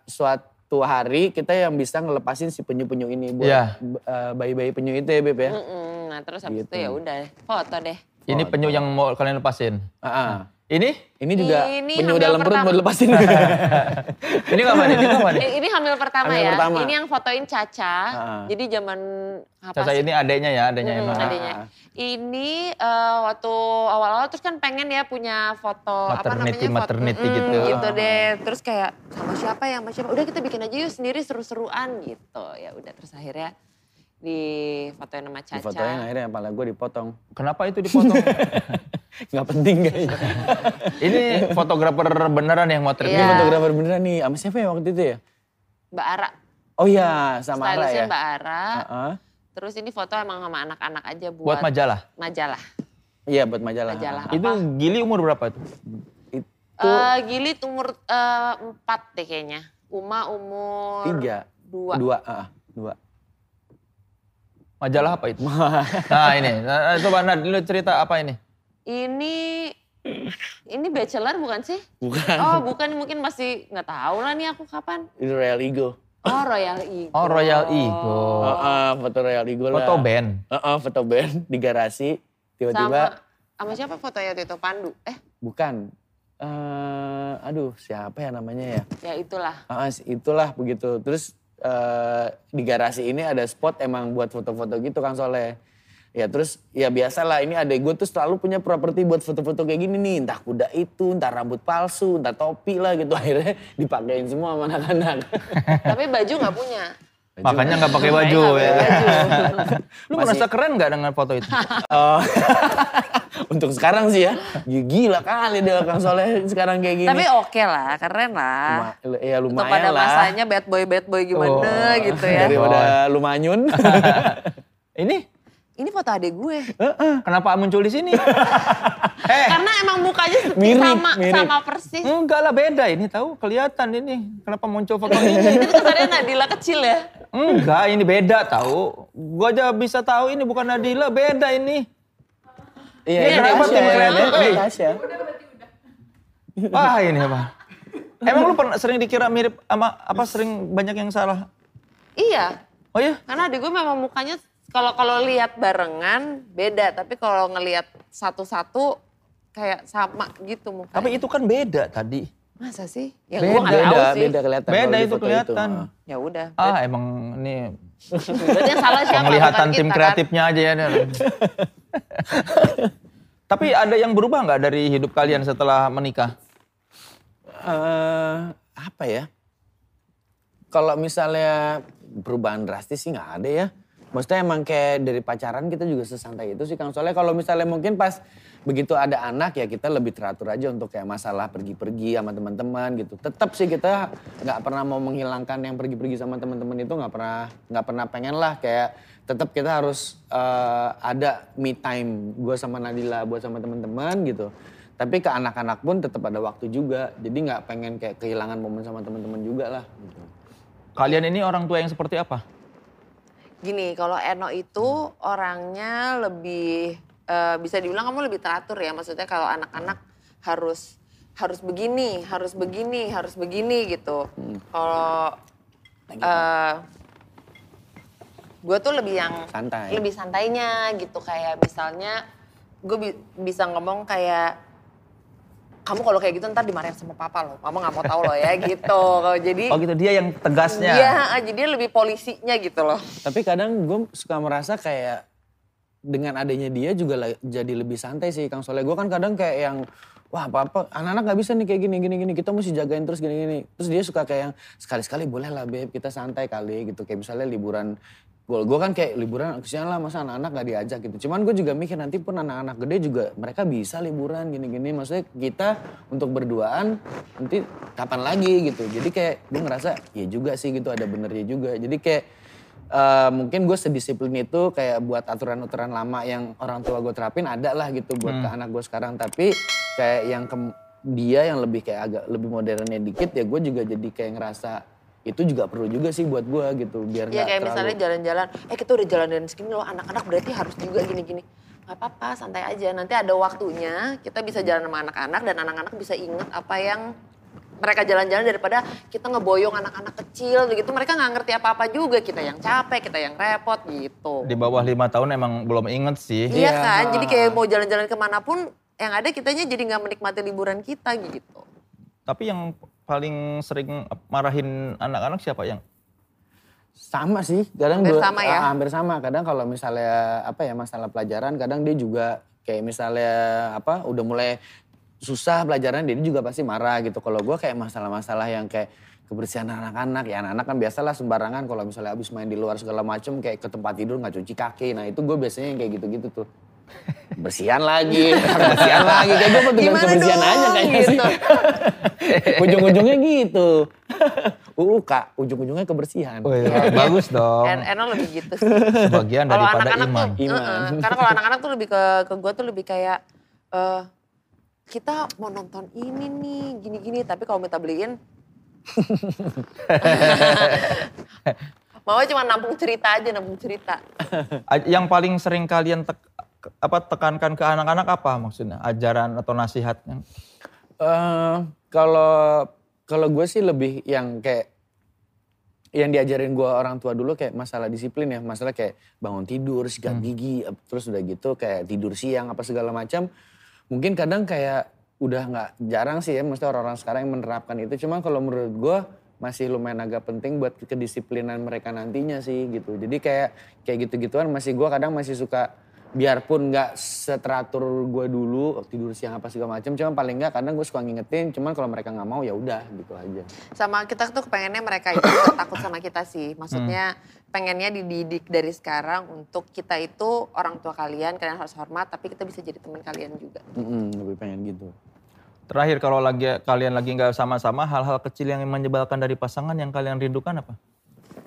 Speaker 2: suatu hari kita yang bisa ngelepasin si penyu-penyu ini buat
Speaker 1: Iya.
Speaker 2: b- eh, bayi-bayi penyu itu ya Beb ya.
Speaker 3: Mm-mm. Nah, terus habis
Speaker 2: Gitu.
Speaker 3: itu ya udah foto deh.
Speaker 1: Ini penyu yang mau kalian lepasin.
Speaker 2: Ah-ah.
Speaker 1: Ini?
Speaker 2: Ini juga
Speaker 3: Ini
Speaker 2: penyu
Speaker 3: hamil
Speaker 2: dalam perut
Speaker 3: pertama.
Speaker 1: [LAUGHS]
Speaker 2: mau dilepasin.
Speaker 1: Ini kapan? Ini kapan?
Speaker 3: Eh, ini hamil pertama
Speaker 2: Hamil
Speaker 3: ya.
Speaker 2: pertama.
Speaker 3: Ini yang fotoin Caca.
Speaker 2: Ah.
Speaker 3: Jadi zaman apa
Speaker 1: [LAUGHS] Caca
Speaker 3: sih?
Speaker 1: ini adeknya ya, adeknya
Speaker 3: Hmm,
Speaker 1: Eno.
Speaker 3: adiknya.
Speaker 2: Ah.
Speaker 3: Ini eh, waktu awal-awal terus kan pengen ya punya foto
Speaker 1: Maternity-
Speaker 3: apa namanya
Speaker 1: maternity
Speaker 3: foto, Mm,
Speaker 1: gitu.
Speaker 3: deh. Terus kayak sama siapa ya, sama siapa. Udah kita bikin aja yuk sendiri seru-seruan gitu. Ya udah terus akhirnya di fotoin sama
Speaker 2: Di
Speaker 3: Caca.
Speaker 2: fotoin akhirnya kepala gue dipotong. [LAUGHS]
Speaker 1: Kenapa itu [LAUGHS] dipotong?
Speaker 2: Nggak penting
Speaker 3: [LAUGHS]
Speaker 2: kayaknya.
Speaker 1: ini fotografer beneran yang motret.
Speaker 2: Ini
Speaker 3: Iya.
Speaker 2: fotografer beneran nih. Sama siapa ya waktu itu ya?
Speaker 3: Mbak Ara,
Speaker 2: Oh iya, sama Ara
Speaker 3: stylistnya
Speaker 2: ya.
Speaker 3: Mbak Ara.
Speaker 2: Ah-ah.
Speaker 3: Terus ini foto emang sama anak-anak aja buat,
Speaker 1: Buat majalah.
Speaker 3: majalah.
Speaker 2: Iya buat majalah.
Speaker 3: Majalah. Apa?
Speaker 1: Itu Gili umur berapa itu?
Speaker 2: Itu
Speaker 3: Eh Gilit umur eh, empat deh kayaknya. Uma umur
Speaker 2: tiga.
Speaker 3: dua.
Speaker 2: Dua. ah, dua. [LAUGHS]
Speaker 1: Majalah apa itu? Nah ini, Nah, coba Nad, lu cerita apa ini?
Speaker 3: Ini ini bachelor bukan sih?
Speaker 2: Bukan.
Speaker 3: Oh bukan mungkin masih nggak tahu lah nih aku kapan.
Speaker 2: Itu Royal Eagle.
Speaker 3: Oh Royal Eagle.
Speaker 1: Oh Royal Eagle.
Speaker 3: Oh.
Speaker 2: Ah, ah, foto Royal Eagle lah.
Speaker 1: Foto band.
Speaker 2: Ah, ah, foto band di garasi.
Speaker 3: Sama
Speaker 2: Tiba-tiba
Speaker 3: sama siapa fotonya waktu itu Pandu? Eh
Speaker 2: bukan. Eh, aduh siapa ya namanya ya?
Speaker 3: ya itulah.
Speaker 2: Ah, ah, itulah begitu. Terus eh, di garasi ini ada spot emang buat foto-foto gitu Kang Soleh. Ya terus ya biasalah ini adek gue tuh selalu punya properti buat foto-foto kayak gini nih. Entah kuda itu, entah rambut palsu, entah topi lah gitu. [LAUGHS] Akhirnya dipakein semua sama anak-anak. [LAUGHS]
Speaker 3: Tapi baju nggak punya.
Speaker 1: Makanya nggak pakai baju
Speaker 3: Makanya
Speaker 1: ya.
Speaker 3: nggak
Speaker 1: [LAUGHS]
Speaker 3: pakai baju.
Speaker 1: Lu
Speaker 2: Masih-
Speaker 1: merasa keren nggak dengan foto itu?
Speaker 2: Oh. [LAUGHS] Untuk sekarang sih ya. ya gila kali deh Kang Soleh sekarang kayak gini.
Speaker 3: Tapi oke lah, keren lah.
Speaker 2: Luma- ya
Speaker 3: Untuk
Speaker 2: lumayan
Speaker 3: pada
Speaker 2: lah.
Speaker 3: masanya bad boy bad boy gimana
Speaker 1: Oh.
Speaker 3: gitu ya.
Speaker 2: Daripada lumayun.
Speaker 1: ini
Speaker 3: Ini foto adik gue.
Speaker 1: kenapa muncul di sini? eh,
Speaker 3: Karena emang mukanya se-
Speaker 2: Mirip,
Speaker 3: sama
Speaker 2: mirip.
Speaker 3: sama persis.
Speaker 1: enggak lah beda ini tahu kelihatan ini. Kenapa muncul foto ini?
Speaker 3: [LAUGHS] Ini tuh kesannya Nadila kecil ya.
Speaker 1: Enggak, ini beda tahu. Gua aja bisa tahu ini bukan Nadila, beda ini.
Speaker 2: Iya,
Speaker 1: Ini
Speaker 2: ini
Speaker 1: kenapa
Speaker 2: Tasya,
Speaker 1: tim
Speaker 2: ya,
Speaker 1: kalian?
Speaker 2: ini
Speaker 1: Eh.
Speaker 2: Tasya.
Speaker 1: Wah, ini apa? Emang lu pernah sering dikira mirip sama apa sering banyak yang salah?
Speaker 3: Iya,
Speaker 1: Oh iya?
Speaker 3: karena adik gue memang mukanya kalau kalau lihat barengan beda, tapi kalau ngelihat satu-satu kayak sama gitu mukanya.
Speaker 1: Tapi itu kan beda tadi.
Speaker 3: masa sih? Ya gue
Speaker 2: Beda,
Speaker 3: nggak tahu
Speaker 2: beda,
Speaker 3: sih.
Speaker 2: beda kelihatan.
Speaker 1: Beda
Speaker 2: kalau di
Speaker 1: itu
Speaker 2: foto
Speaker 1: kelihatan.
Speaker 2: ah.
Speaker 3: Ya udah.
Speaker 1: Ah, emang ini
Speaker 3: Berarti yang salah siapa?
Speaker 1: penglihatan
Speaker 3: Bukan
Speaker 1: tim
Speaker 3: kita, kan?
Speaker 1: kreatifnya aja ya. Ner. Tapi ada yang berubah nggak dari hidup kalian setelah menikah?
Speaker 2: Eh, apa ya? Kalau misalnya perubahan drastis sih nggak ada ya. Maksudnya emang kayak dari pacaran kita juga sesantai itu sih Kang. Soalnya kalau misalnya mungkin pas begitu ada anak ya kita lebih teratur aja untuk kayak masalah pergi-pergi sama teman-teman gitu. Tetap sih kita nggak pernah mau menghilangkan yang pergi-pergi sama teman-teman itu nggak pernah nggak pernah pengen lah kayak tetap kita harus eh, ada me time gue sama Nadila buat sama teman-teman gitu tapi ke anak-anak pun tetap ada waktu juga jadi nggak pengen kayak kehilangan momen sama teman-teman juga lah gitu.
Speaker 1: Kalian ini orang tua yang seperti apa?
Speaker 3: Gini, kalau Eno itu orangnya lebih eh, bisa dibilang kamu lebih teratur ya. Maksudnya kalau anak-anak harus harus begini, harus begini, harus begini gitu. Kalau gue tuh lebih yang
Speaker 2: santai
Speaker 3: lebih santainya gitu kayak misalnya gue bisa ngomong kayak kamu kalau kayak gitu ntar dimarahin sama papa loh, mama nggak mau tahu loh ya gitu. Jadi
Speaker 1: Oh gitu dia yang tegasnya.
Speaker 3: Iya, jadi dia lebih polisinya gitu loh.
Speaker 2: tapi kadang gue suka merasa kayak dengan adanya dia juga la- jadi lebih santai sih Kang Soleh. Gue kan kadang kayak yang wah apa-apa anak-anak nggak bisa nih kayak gini gini gini kita mesti jagain terus gini gini. Terus dia suka kayak yang sekali-sekali boleh lah beb kita santai kali gitu kayak misalnya liburan Gue gue kan kayak liburan kesian lah masa anak-anak gak diajak gitu. Cuman gue juga mikir nanti pun anak-anak gede juga mereka bisa liburan gini-gini. Maksudnya kita untuk berduaan nanti kapan lagi gitu. Jadi kayak gue ngerasa ya juga sih gitu ada benernya juga. Jadi kayak Eh, mungkin gue sedisiplin itu kayak buat aturan-aturan lama yang orang tua gue terapin ada lah gitu buat ke anak gue sekarang tapi kayak yang ke- dia yang lebih kayak agak lebih modernnya dikit ya gue juga jadi kayak ngerasa itu juga perlu juga sih buat gue gitu biar
Speaker 3: Iya
Speaker 2: nggak
Speaker 3: kayak
Speaker 2: terlalu
Speaker 3: misalnya jalan-jalan, eh kita udah jalan jalan segini loh anak-anak berarti harus juga gini-gini. Gak apa-apa, santai aja. Nanti ada waktunya kita bisa jalan sama anak-anak dan anak-anak bisa inget apa yang mereka jalan-jalan daripada kita ngeboyong anak-anak kecil gitu. Mereka nggak ngerti apa-apa juga. Kita yang capek, kita yang repot gitu.
Speaker 1: Di bawah lima tahun emang belum inget sih.
Speaker 2: Iya.
Speaker 3: Iya kan? Jadi kayak mau jalan-jalan kemana pun yang ada kitanya jadi nggak menikmati liburan kita gitu.
Speaker 1: Tapi yang paling sering marahin anak-anak siapa yang?
Speaker 2: sama sih kadang
Speaker 3: Hampir
Speaker 2: gua-
Speaker 3: sama ya?
Speaker 2: ah, hampir sama kadang kalau misalnya apa ya masalah pelajaran kadang dia juga kayak misalnya apa udah mulai susah pelajaran dia juga pasti marah gitu kalau gua kayak masalah-masalah yang kayak kebersihan anak-anak ya anak-anak kan biasalah sembarangan kalau misalnya abis main di luar segala macem kayak ke tempat tidur nggak cuci kaki nah itu gue biasanya yang kayak gitu-gitu tuh bersihan lagi
Speaker 3: [LAUGHS]
Speaker 2: bersihan lagi kayak gue petugas
Speaker 3: Gimana
Speaker 2: kebersihan
Speaker 3: dong?
Speaker 2: aja kayaknya sih
Speaker 3: Gitu.
Speaker 2: ujung-ujungnya gitu [LAUGHS] uh kak ujung-ujungnya kebersihan
Speaker 1: Oh, [LAUGHS] Bagus dong.
Speaker 3: En- Enol lebih gitu sih.
Speaker 1: Sebagian
Speaker 3: Kalau
Speaker 1: daripada
Speaker 3: anak-anak
Speaker 1: iman.
Speaker 3: Tuh,
Speaker 2: Iman.
Speaker 3: eh, eh, karena kalau anak-anak tuh lebih ke ke gue tuh lebih kayak eh kita mau nonton ini nih gini-gini tapi kalau minta
Speaker 1: [LAUGHS]
Speaker 3: beliin mau cuma nampung cerita aja nampung cerita
Speaker 1: A- Yang paling sering kalian tek- ke- apa tekankan ke anak-anak apa maksudnya? Ajaran atau nasihatnya?
Speaker 2: Eh, kalau kalau gue sih lebih yang kayak yang diajarin gue orang tua dulu kayak masalah disiplin ya masalah kayak bangun tidur sikat gigi ap- terus udah gitu kayak tidur siang apa segala macam mungkin kadang kayak udah nggak jarang sih ya mesti orang-orang sekarang yang menerapkan itu cuman kalau menurut gue masih lumayan agak penting buat kedisiplinan mereka nantinya sih gitu jadi kayak kayak gitu-gituan masih gue kadang masih suka biarpun nggak seteratur gue dulu tidur siang apa segala macam cuman paling nggak kadang gue suka ngingetin cuman kalau mereka nggak mau ya udah gitu aja
Speaker 3: sama kita tuh kepengennya mereka
Speaker 1: [LAUGHS]
Speaker 3: itu nggak takut sama kita sih maksudnya
Speaker 1: Hmm.
Speaker 3: pengennya dididik dari sekarang untuk kita itu orang tua kalian kalian harus hormat tapi kita bisa jadi teman kalian juga
Speaker 2: Mm-mm, lebih pengen gitu
Speaker 1: Terakhir kalau lagi kalian lagi nggak sama-sama, hal-hal kecil yang menyebalkan dari pasangan yang kalian rindukan apa?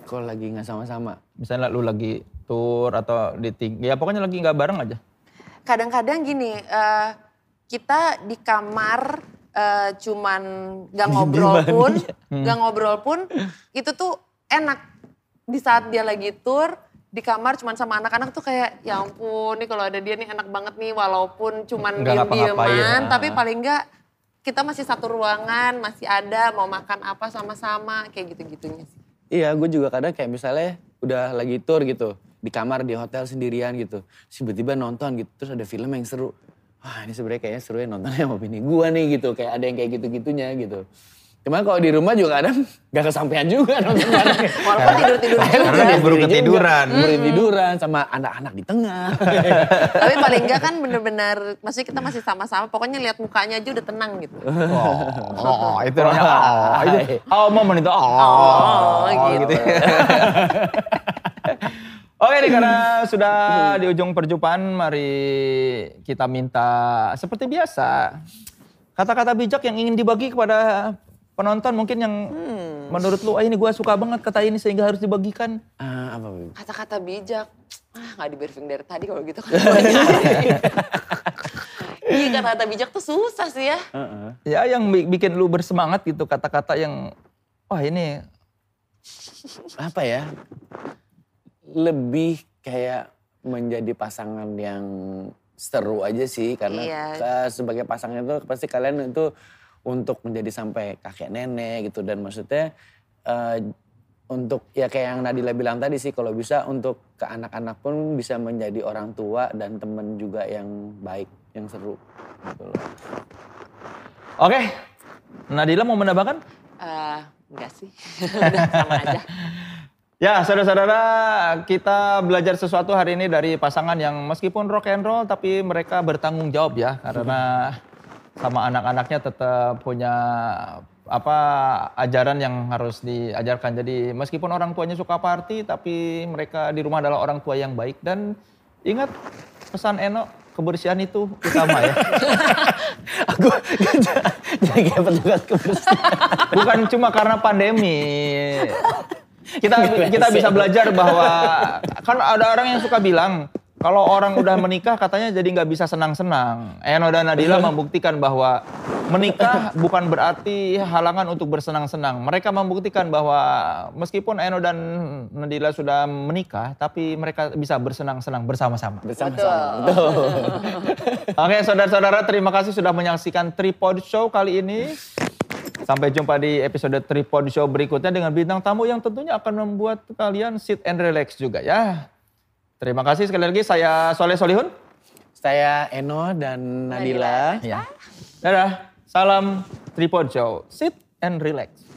Speaker 2: kalau lagi nggak sama-sama
Speaker 1: Misalnya lu lagi tour atau di ting- ya pokoknya lagi nggak bareng aja.
Speaker 3: kadang-kadang gini eh, kita di kamar eh, cuman
Speaker 1: [LAUGHS]
Speaker 3: gak ngobrol pun
Speaker 1: iya. Hmm.
Speaker 3: gak ngobrol pun itu tuh enak di saat dia lagi tour di kamar cuman sama anak-anak tuh kayak ya ampun nih kalau ada dia nih enak banget nih walaupun cuman
Speaker 1: Nggak ngapa-ngapain,
Speaker 3: diem-dieman
Speaker 1: ah.
Speaker 3: tapi paling enggak kita masih satu ruangan masih ada mau makan apa sama-sama kayak gitu-gitunya sih.
Speaker 2: iya gue juga kadang kayak misalnya udah lagi tour gitu di kamar di hotel sendirian gitu Terus tiba-tiba nonton gitu terus ada film yang seru wah ini sebenarnya kayaknya seru ya nontonnya sama bini gue nih gitu kayak ada yang kayak gitu-gitunya gitu cuman kalau di rumah juga kadang [LAUGHS] nggak kesampaian juga nonton bareng.
Speaker 3: Walaupun tidur-tidur
Speaker 2: Akhirnya
Speaker 3: juga.
Speaker 1: [LAUGHS] Karena dia buru
Speaker 2: sendiri juga.
Speaker 1: ketiduran.
Speaker 2: Buru tiduran sama anak-anak di tengah. [LAUGHS]
Speaker 3: Tapi paling enggak kan bener-bener, maksudnya kita masih sama-sama, pokoknya lihat mukanya aja udah tenang gitu.
Speaker 1: Oh, itu namanya oh, itu. Oh, momen itu. Oh,
Speaker 3: Oh, gitu.
Speaker 1: [LAUGHS] Oke nih karena sudah di ujung perjumpaan mari kita minta seperti biasa kata-kata bijak yang ingin dibagi kepada penonton mungkin yang
Speaker 3: Hmm.
Speaker 1: menurut lu ah ini gue suka banget kata ini sehingga harus dibagikan.
Speaker 2: Ah, apa Beb?
Speaker 3: Kata-kata bijak, ah nggak di briefing dari tadi kalau gitu kan. banyak. Iya kata-kata bijak tuh susah sih ya.
Speaker 2: Heeh.
Speaker 1: Ya yang bi- bikin lu bersemangat gitu kata-kata yang wah ini
Speaker 2: Apa ya? Lebih kayak menjadi pasangan yang seru aja sih karena
Speaker 3: Iya.
Speaker 2: eh, sebagai pasangan itu pasti kalian itu untuk menjadi sampai kakek nenek gitu dan maksudnya eh, untuk ya kayak yang Nadila bilang tadi sih kalau bisa untuk ke anak-anak pun bisa menjadi orang tua dan temen juga yang baik yang seru gitu loh.
Speaker 1: oke. Nadila mau menambahkan?
Speaker 3: [LAUGHS] Eh, enggak sih, udah sama aja.
Speaker 1: Ya, saudara-saudara, kita belajar sesuatu hari ini dari pasangan yang meskipun rock and roll tapi mereka bertanggung jawab ya karena sama anak-anaknya tetap punya apa ajaran yang harus diajarkan. Jadi meskipun orang tuanya suka party tapi mereka di rumah adalah orang tua yang baik dan ingat pesan Eno kebersihan itu utama ya.
Speaker 2: Aku jadi kayak petugas kebersihan.
Speaker 1: Bukan cuma karena pandemi. Kita kita bisa belajar bahwa kan ada orang yang suka bilang kalau orang udah menikah katanya jadi nggak bisa senang-senang. Eno dan Nadila membuktikan bahwa menikah bukan berarti halangan untuk bersenang-senang. Mereka membuktikan bahwa meskipun Eno dan Nadila sudah menikah, tapi mereka bisa bersenang-senang bersama-sama.
Speaker 2: Bersama-sama. Betul.
Speaker 1: Oke, saudara-saudara, terima kasih sudah menyaksikan Tripod Show kali ini. Sampai jumpa di episode Tripod Show berikutnya dengan bintang tamu yang tentunya akan membuat kalian sit and relax juga ya. Terima kasih sekali lagi saya Soleh Solihun.
Speaker 2: Saya Eno dan Nadila.
Speaker 1: Ya. Dadah. Salam Tripod Show. Sit and relax.